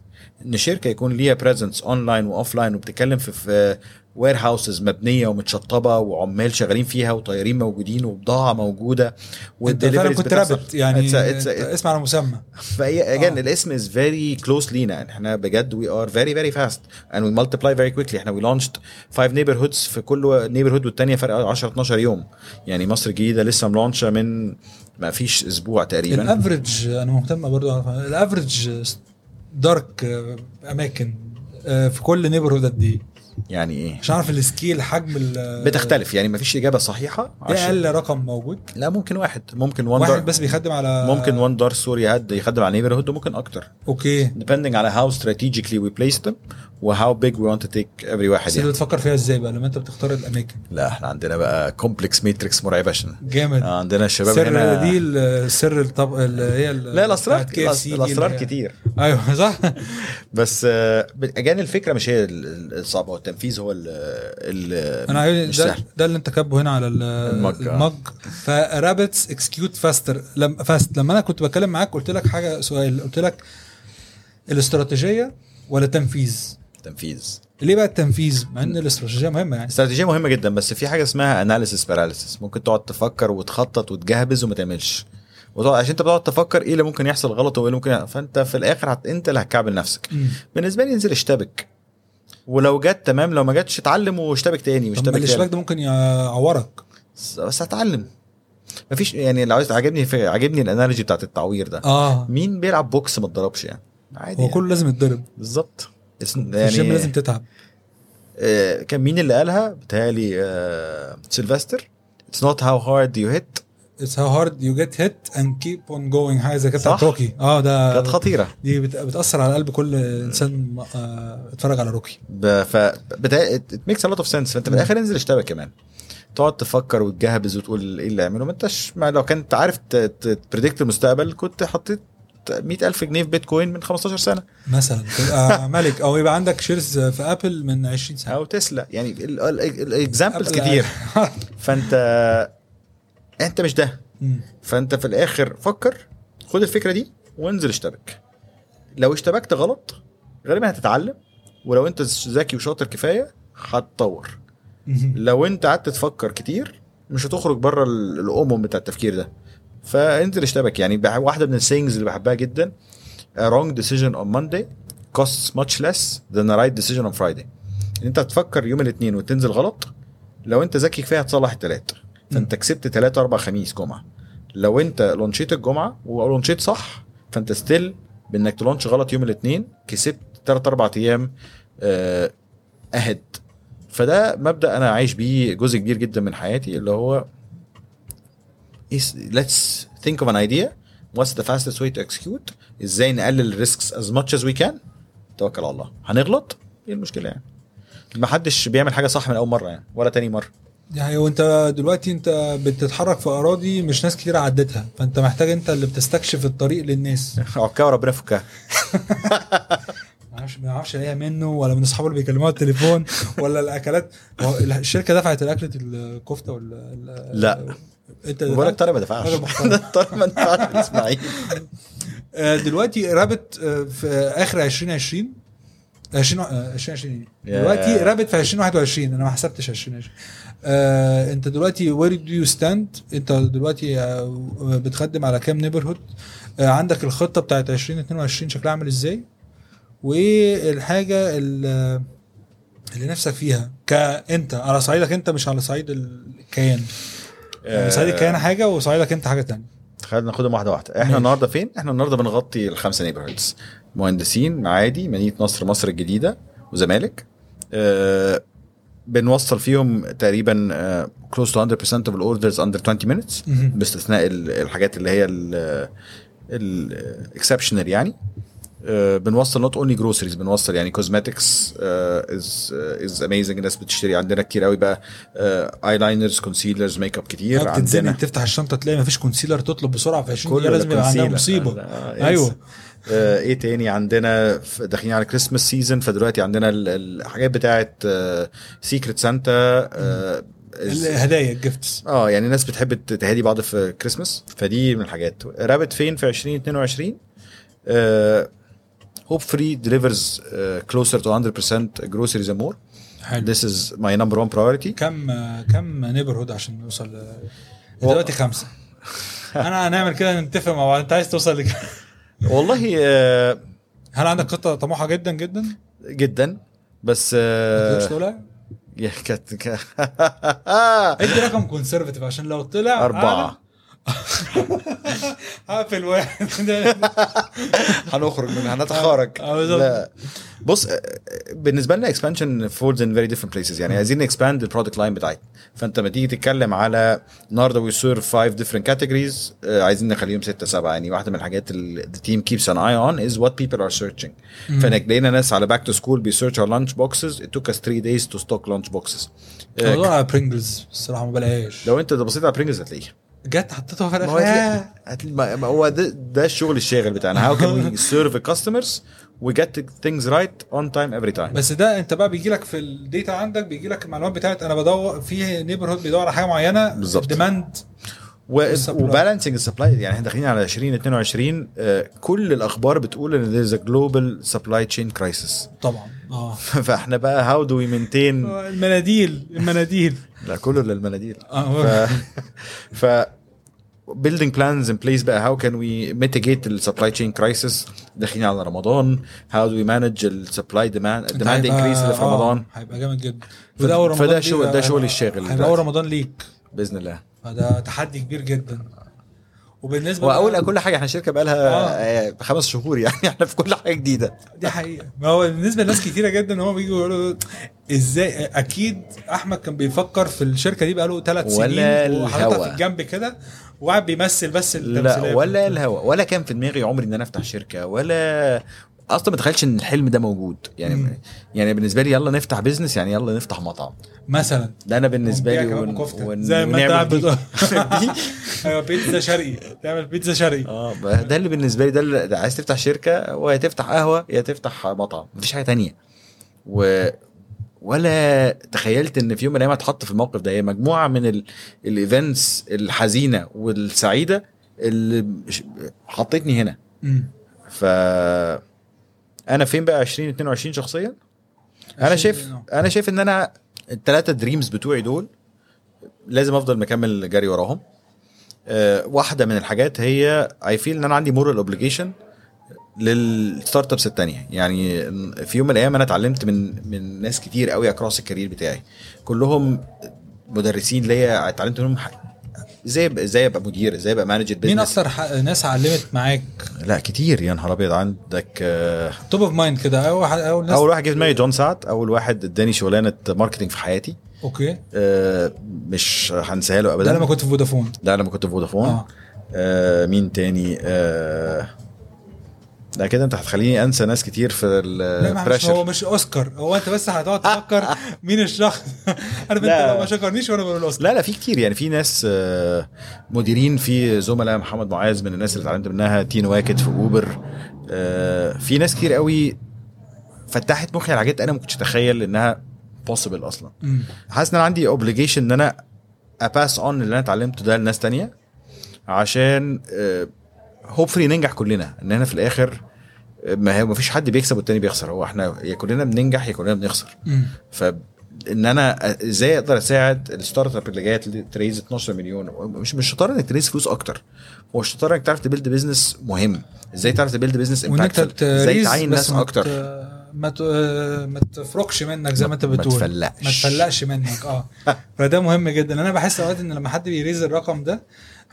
ان شركه يكون ليها بريزنس اونلاين واوف لاين وبتتكلم في في وير هاوسز مبنيه ومتشطبه وعمال شغالين فيها وطيارين موجودين وبضاعه موجوده انت فعلا والدليفريز كنت بتحصل. رابط يعني It's a- it's a- اسم على مسمى فهي اجان آه. آه. الاسم از فيري كلوز لينا يعني احنا بجد وي ار فيري فيري فاست اند وي مالتبلاي فيري كويكلي احنا وي لانشت فايف نيبر هودز في كل نيبر هود والثانيه فرق 10 12 يوم يعني مصر الجديده لسه ملانشه من ما فيش اسبوع تقريبا الافرج انا مهتم برضو اعرف الافرج دارك اماكن آه، في كل نيبرهود قد ايه يعني ايه عشان اعرف السكيل حجم ال- بتختلف يعني ما فيش اجابه صحيحه ده عشان اقل رقم موجود لا ممكن واحد ممكن وان واحد دار بس بيخدم على ممكن وان دار سوري هاد يخدم على نيبر هود وممكن اكتر اوكي depending على how strategically we place them وهاو big we want to take every واحد بس انت يعني. بتفكر فيها ازاي بقى لما انت بتختار الاماكن لا احنا عندنا بقى كومبلكس ماتريكس مرعبه عشان جامد آه، عندنا الشباب سر هنا دي ال- سر الطب اللي هي ال- لا الاسرار بتاعت KFC دي الاسرار اللي هي- كتير ايوه صح بس آه، اجان الفكره مش هي ال- ال- الصعبه هو التنفيذ هو ال انا عايز- مش ده سهل. ده اللي انت كاتبه هنا على ال- المج. المج فرابتس اكسكيوت فاستر لما فاست لما انا كنت بكلم معاك قلت لك حاجه سؤال قلت لك الاستراتيجيه ولا التنفيذ التنفيذ ليه بقى التنفيذ مع ان الاستراتيجيه مهمه يعني استراتيجيه مهمه جدا بس في حاجه اسمها اناليسيس باراليسيس ممكن تقعد تفكر وتخطط وتجهبز وما تعملش وتقعد عشان انت بتقعد تفكر ايه اللي ممكن يحصل غلط وايه اللي ممكن يحصل. فانت في الاخر هت... انت اللي هتكعبل نفسك مم. بالنسبه لي انزل اشتبك ولو جت تمام لو ما جاتش اتعلم واشتبك تاني طب ما واشتبك تالت. الاشتباك ده ممكن يعورك بس هتعلم مفيش يعني لو عايز عاجبني في عاجبني الانالوجي بتاعت التعوير ده اه مين بيلعب بوكس ما اتضربش يعني عادي هو يعني. كله لازم يتضرب بالظبط اس- يعني الجيم لازم يعني تتعب آه كان مين اللي قالها بتهيألي آه سيلفستر اتس نوت هاو هارد يو هيت اتس هاو هارد يو جيت هيت اند كيب اون جوينج حاجه زي كده بتاعت صح. روكي اه ده كانت خطيره دي بت- بتاثر على قلب كل انسان آه، اتفرج على روكي ب- ف ات ميكس ا لوت اوف سنس فانت في الاخر انزل اشتبك كمان تقعد تفكر وتجهبز وتقول ايه اللي اعمله ما انتش ما لو كنت عارف تبريدكت المستقبل كنت حطيت 100000 جنيه في بيتكوين من 15 سنه مثلا تبقى طيب، آه، ملك او يبقى عندك شيرز في ابل من 20 سنه او تسلا يعني الاكزامبلز أبل كتير فانت انت مش ده مم. فانت في الاخر فكر خد الفكره دي وانزل اشتبك لو اشتبكت غلط غالبا هتتعلم ولو انت ذكي وشاطر كفايه هتطور مم. لو انت قعدت تفكر كتير مش هتخرج بره ال- الامم بتاع التفكير ده فانزل اشتبك يعني بح- واحده من السينجز اللي بحبها جدا a wrong decision on Monday costs much less than a right decision on Friday ان انت تفكر يوم الاثنين وتنزل غلط لو انت ذكي كفايه هتصلح الثلاث فانت كسبت ثلاثة اربع خميس جمعه لو انت لونشيت الجمعه ولونشيت صح فانت ستيل بانك تلونش غلط يوم الاثنين كسبت ثلاث اربع ايام آه، اهد فده مبدا انا عايش بيه جزء كبير جدا من حياتي اللي هو ليتس ثينك اوف ان ايديا واتس ذا فاستست واي تو اكسكيوت ازاي نقلل الريسكس از ماتش از وي كان توكل على الله هنغلط ايه المشكله يعني ما حدش بيعمل حاجه صح من اول مره يعني ولا تاني مره يعني وانت دلوقتي انت بتتحرك في اراضي مش ناس كتير عدتها فانت محتاج انت اللي بتستكشف الطريق للناس عكاها وربنا يفكها ما اعرفش ما اعرفش الاقيها منه ولا من اصحابه اللي بيكلموها على التليفون ولا الاكلات هو الشركه دفعت الاكله الكفته ولا لا انت بقول لك دفعت؟ طارق ما دفعش راجل محترم. طارق ما دفعش اسماعيل آه، دلوقتي رابط آه، في اخر 2020 20 آه، 2020 يا. إيه؟ دلوقتي رابط في 2021 انا ما حسبتش 2020 آه، انت دلوقتي وير دو يو ستاند انت دلوقتي آه، بتخدم على كام نيبرهود آه، عندك الخطه بتاعت 2022 شكلها عامل ازاي وايه الحاجه ال- اللي نفسك فيها كانت على صعيدك انت مش على صعيد الكيان يعني صعيد الكيان حاجه وصعيدك انت حاجه تانية خلينا ناخدهم واحده واحده احنا النهارده فين احنا النهارده بنغطي الخمسه نيبرهودز مهندسين معادي مدينه نصر مصر الجديده وزمالك آه بنوصل فيهم آه، تقريبا كلوز تو 100% اوف الاوردرز اندر 20 مينتس مهم. باستثناء ال- الحاجات اللي هي الاكسبشنال يعني آه، بنوصل نوت اونلي جروسريز بنوصل يعني آه، كوزماتكس از از اميزنج الناس بتشتري عندنا كتير قوي بقى آه، اي لاينرز كونسيلرز ميك اب كتير اه، آه، بتتزنق عندنا تفتح الشنطه تلاقي مفيش كونسيلر تطلب بسرعه في 20 كله دقيقه لازم يبقى عندها كونسيلر. مصيبه آه، آه، ايوه آه، ايه تاني عندنا ف- داخلين على كريسماس سيزون فدلوقتي عندنا ال- الحاجات بتاعت آه، سيكريت سانتا الهدايا الجيفتس اه آه، يعني الناس بتحب ت- تهادي بعض في كريسماس فدي من الحاجات رابط فين في 2022 آه، هوب فري ديليفرز كلوزر تو 100% جروسريز اند مور حلو ذس از ماي نمبر 1 برايورتي كم كم نيبر هود عشان نوصل ل- دلوقتي خمسه انا هنعمل كده نتفق مع بعض انت عايز توصل لك والله آه، هل عندك خطه طموحه جدا جدا؟ ما جدا بس آه، تقدرش تقولها؟ يا كانت كا- ادي رقم كونسرفتيف عشان لو طلع أربعة أعلى، هقفل واحد هنخرج من هنتخارج آه، بالظبط. لا. بص آه، آه، بالنسبه لنا اكسبانشن فولز ان فيري ديفرنت بليسز يعني عايزين اكسباند البرودكت لاين بتاعتنا فانت لما تيجي تتكلم على النهارده وي سيرف فايف ديفرنت كاتيجوريز عايزين نخليهم سته سبعه يعني واحده من الحاجات التيم team keeps an eye on is what people are searching فانك لقينا ناس على باك تو سكول بيسيرش على لانش بوكسز it took us 3 days to stock lunch boxes آه، موضوع برينجلز الصراحه ما بلاقيهاش لو انت بصيت على برينجز هتلاقيه جت حطيتها في ما هو هتلاقي- الاخر هتلاقي- ما ما هو ده, ده الشغل الشاغل بتاعنا هاو كان وي سيرف كاستمرز وي جت ثينجز رايت اون تايم افري تايم بس ده انت بقى بيجي لك في الداتا عندك بيجي لك المعلومات بتاعت انا بدور في نيبر هود بيدور على حاجه معينه بالظبط. ديماند والsupply. وبالانسنج السبلاي يعني احنا داخلين على 2022 آه، كل الاخبار بتقول ان ذيرز ا جلوبال سبلاي تشين كرايسيس طبعا اه فاحنا بقى هاو دو وي مينتين المناديل المناديل لا كله للمناديل اه آه. ف building plans in place بقى how can we mitigate the supply chain crisis داخلين على رمضان how do we manage the supply demand demand increase اللي في آه، رمضان هيبقى جامد جدا فد- وده اول فده رمضان ليك شغل- ده بقى- شغل الشاغل هيبقى دلوقتي. اول رمضان ليك باذن الله فده تحدي كبير جدا وبالنسبه واول بقى- كل حاجه احنا شركه بقى آه. لها خمس شهور يعني احنا في كل حاجه جديده دي حقيقه ما هو بالنسبه لناس كتيره جدا هم بييجوا يقولوا ازاي اكيد احمد كان بيفكر في الشركه دي بقاله ثلاث ولا سنين وحاططها الهوا. في الجنب كده وقاعد بيمثل بس لا الهوا ولا الهوا ولا كان في دماغي عمري ان انا افتح شركه ولا اصلا ما تخيلش ان الحلم ده موجود يعني مم. يعني بالنسبه لي يلا نفتح بيزنس يعني يلا نفتح مطعم مثلا ده انا بالنسبه لي ونبيع ون- كمان كفته ون- زي ما انت ونعمل قاعد دي. بتقول. دي ايوه بيتزا شرقي تعمل بيتزا شرقي اه بقى ده اللي بالنسبه لي ده اللي ده عايز تفتح شركه ويا تفتح قهوه يا تفتح مطعم مفيش حاجه تانية و ولا تخيلت ان في يوم من الايام هتحط في الموقف ده هي مجموعه من ال- الايفنتس الحزينه والسعيده اللي ش- حطتني هنا مم. ف انا فين بقى 2022 شخصيا انا 20 شايف انا شايف ان انا الثلاثه دريمز بتوعي دول لازم افضل مكمل جري وراهم أه واحده من الحاجات هي اي فيل ان انا عندي مورال اوبليجيشن للستارت ابس الثانيه يعني في يوم من الايام انا اتعلمت من من ناس كتير قوي اكروس الكارير بتاعي كلهم مدرسين ليا اتعلمت منهم ح- ازاي أبقى- ازاي ابقى مدير ازاي ابقى مانجر بزنس مين اكتر ح- ناس علمت معاك لا كتير يا نهار ابيض عندك آه، توب اوف مايند كده اول حد- اول ناس اول واحد جه في دماغي جون سعد اول واحد اداني شغلانه ماركتنج في حياتي اوكي آه، مش هنساها له ابدا ده لما كنت في فودافون ده لما كنت في فودافون آه. آه. مين تاني آه لا كده انت هتخليني انسى ناس كتير في لا ما مش هو البريشر مش اوسكار هو انت بس هتقعد تفكر مين الشخص انا انت لا. لو ما شكرنيش وانا بقول اوسكار لا لا في كتير يعني في ناس آه، مديرين في زملاء محمد معاذ من الناس اللي اتعلمت منها تين واكد في اوبر آه، في ناس كتير قوي فتحت مخي على حاجات انا ما كنتش اتخيل انها possible اصلا مم. حاسس ان انا عندي اوبليجيشن ان انا اباس اون اللي انا اتعلمته ده لناس تانية عشان هوبفلي ننجح كلنا ان احنا في الاخر آه، ما هو مفيش حد بيكسب والتاني بيخسر هو احنا يا كلنا بننجح يا كلنا بنخسر مم. ف ان انا ازاي اقدر اساعد الستارت اب اللي جايه تل- تريز 12 مليون مش مش شطاره انك تريز فلوس اكتر هو الشطاره انك تعرف تبيلد بزنس مهم ازاي تعرف تبيلد بزنس وان انت امباكتفul ازاي تريز تعين بس ناس ما اكتر ت- ما ت- آه، ما تفرقش منك زي ما انت ما بتقول تفلقش. ما تفلقش منك اه فده مهم جدا انا بحس اوقات ان لما حد بيريز الرقم ده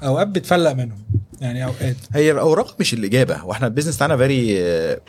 اوقات بتفلق منهم يعني اوقات هي الاوراق مش الاجابه واحنا البيزنس بتاعنا آه، فيري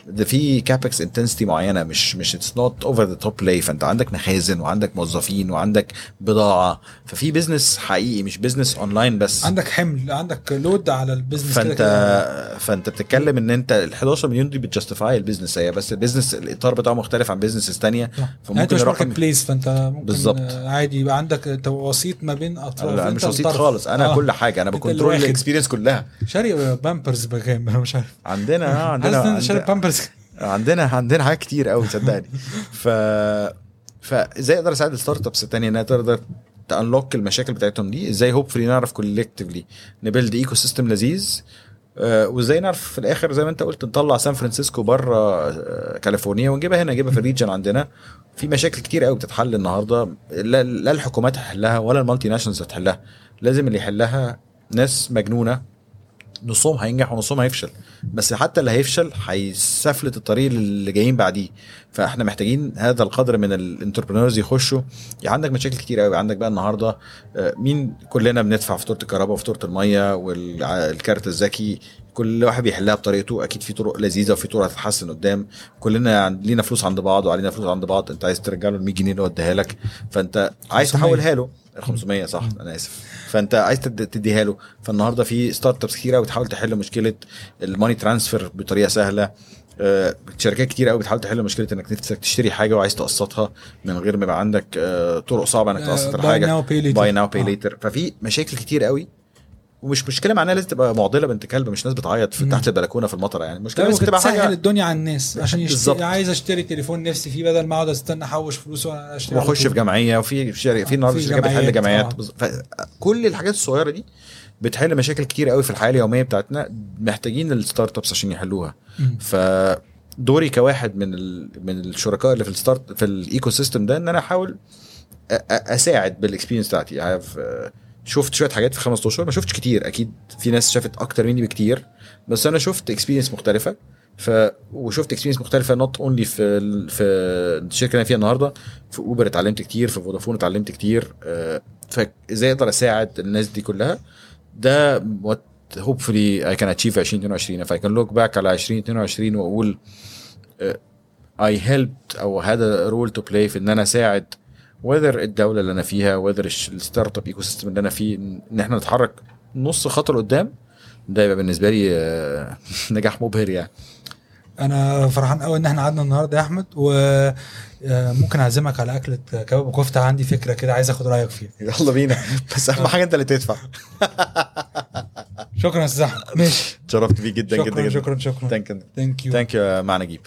ده في كابكس انتنسيتي معينه مش مش اتس نوت اوفر ذا توب بلاي فانت عندك مخازن وعندك موظفين وعندك بضاعه ففي بيزنس حقيقي مش بيزنس اونلاين بس عندك حمل عندك لود على البيزنس كده فانت كده فانت بتتكلم ان انت ال 11 مليون دي بتجستيفاي البيزنس هي بس البيزنس الاطار بتاعه مختلف عن بيزنسز تانية يعني انت مش ماركت الرقم- بليس فانت ممكن بالظبط. آه، عادي يبقى عندك تو- وسيط ما بين اطراف لا انت مش وسيط الطرف. خالص انا آه. كل حاجه انا انت اللي بكنترول واخد. الاكسبيرينس كلها شاري بامبرز بكام انا مش عارف عندنا آه، حاسس عندنا ان انا عندنا- شاري بامبرز عندنا عندنا حاجات كتير قوي صدقني ف فازاي اقدر اساعد الستارت ابس الثانيه انها تقدر تانلوك المشاكل بتاعتهم دي ازاي هوب فري نعرف كولكتيفلي نبيلد ايكو سيستم لذيذ آه، وازاي نعرف في الاخر زي ما انت قلت نطلع سان فرانسيسكو بره آه، كاليفورنيا ونجيبها هنا نجيبها في الريجن عندنا في مشاكل كتير قوي بتتحل النهارده لا, لا الحكومات هتحلها ولا المالتي ناشونالز هتحلها لازم اللي يحلها ناس مجنونه نصهم هينجح ونصهم هيفشل بس حتى اللي هيفشل هيسفلت الطريق اللي جايين بعديه فاحنا محتاجين هذا القدر من الانتربرنورز يخشوا يعني عندك مشاكل كتير قوي عندك بقى النهارده آه، مين كلنا بندفع فاتوره الكهرباء وفاتوره الميه والكارت الذكي كل واحد بيحلها بطريقته اكيد في طرق لذيذه وفي طرق هتتحسن قدام كلنا عن- لينا فلوس عند بعض وعلينا فلوس عند بعض انت عايز ترجع له ال 100 جنيه اللي هو اداها لك فانت عايز 500. تحولها له 500 صح انا اسف فانت عايز تد- تديها له فالنهارده في ستارت ابس كتير قوي بتحاول تحل مشكله الماني ترانسفير بطريقه سهله آه، شركات كتير قوي بتحاول تحل مشكله انك نفسك تشتري حاجه وعايز تقسطها من غير ما يبقى عندك آه، طرق صعبه انك تقسط الحاجه باي ناو باي ليتر ففي مشاكل كتير قوي ومش مشكله معناها لازم تبقى معضله بنت كلب مش ناس بتعيط في مم. تحت البلكونه في المطره يعني المشكله لا بس ممكن تبقى بتسهل حاجه الدنيا على الناس عشان بالظبط. يشتري عايز اشتري تليفون نفسي فيه بدل ما اقعد استنى احوش فلوس وانا اشتري على واخش طول. في جمعيه وفي شركه في آه، النهارده في شركات بتحل جمعيات، جمعيات آه. بز- ف- كل الحاجات الصغيره دي بتحل مشاكل كتير قوي في الحياه اليوميه بتاعتنا محتاجين الستارت ابس عشان يحلوها مم. فدوري كواحد من ال... من الشركاء اللي في الستارت في الايكو سيستم ده ان انا احاول أ- أ- اساعد بالاكسبيرينس بتاعتي I have, آه، شفت شويه حاجات في 15 اشهر ما شفتش كتير اكيد في ناس شافت اكتر مني بكتير بس انا شفت اكسبيرينس مختلفه ف وشفت اكسبيرينس مختلفه نوت اونلي في ال... في الشركه اللي انا فيها النهارده في اوبر اتعلمت كتير في فودافون اتعلمت كتير آه، فازاي اقدر اساعد الناس دي كلها ده وات هوبفلي اي كان اتشيف 2022 اف اي كان لوك باك على 2022 واقول اي هيلبت او هذا رول تو بلاي في ان انا اساعد وذر الدوله اللي انا فيها وذر الستارت اب ايكو سيستم اللي انا فيه ان احنا نتحرك نص خطوه لقدام ده يبقى بالنسبه لي آه، نجاح مبهر يعني انا فرحان قوي ان احنا قعدنا النهارده يا احمد وممكن اعزمك على اكله كباب وكفته عندي فكره كده عايز اخد رايك فيها يلا بينا بس اهم حاجه انت اللي تدفع شكرا يا استاذ احمد ماشي اتشرفت بيه جدا شكرا جدا جدا شكرا شكرا ثانك يو ثانك يو ثانك يو يا مع نجيب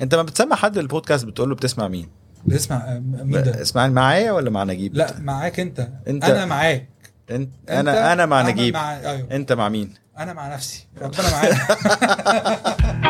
انت ما بتسمع حد البودكاست بتقول له بتسمع مين؟ اسمع آه، مين ده اسمعني معايا ولا مع نجيب؟ لا معاك انت أنت- انا معاك انت أنت- انا انا مع نجيب مع... ايوه انت مع مين؟ انا مع نفسي ربنا معانا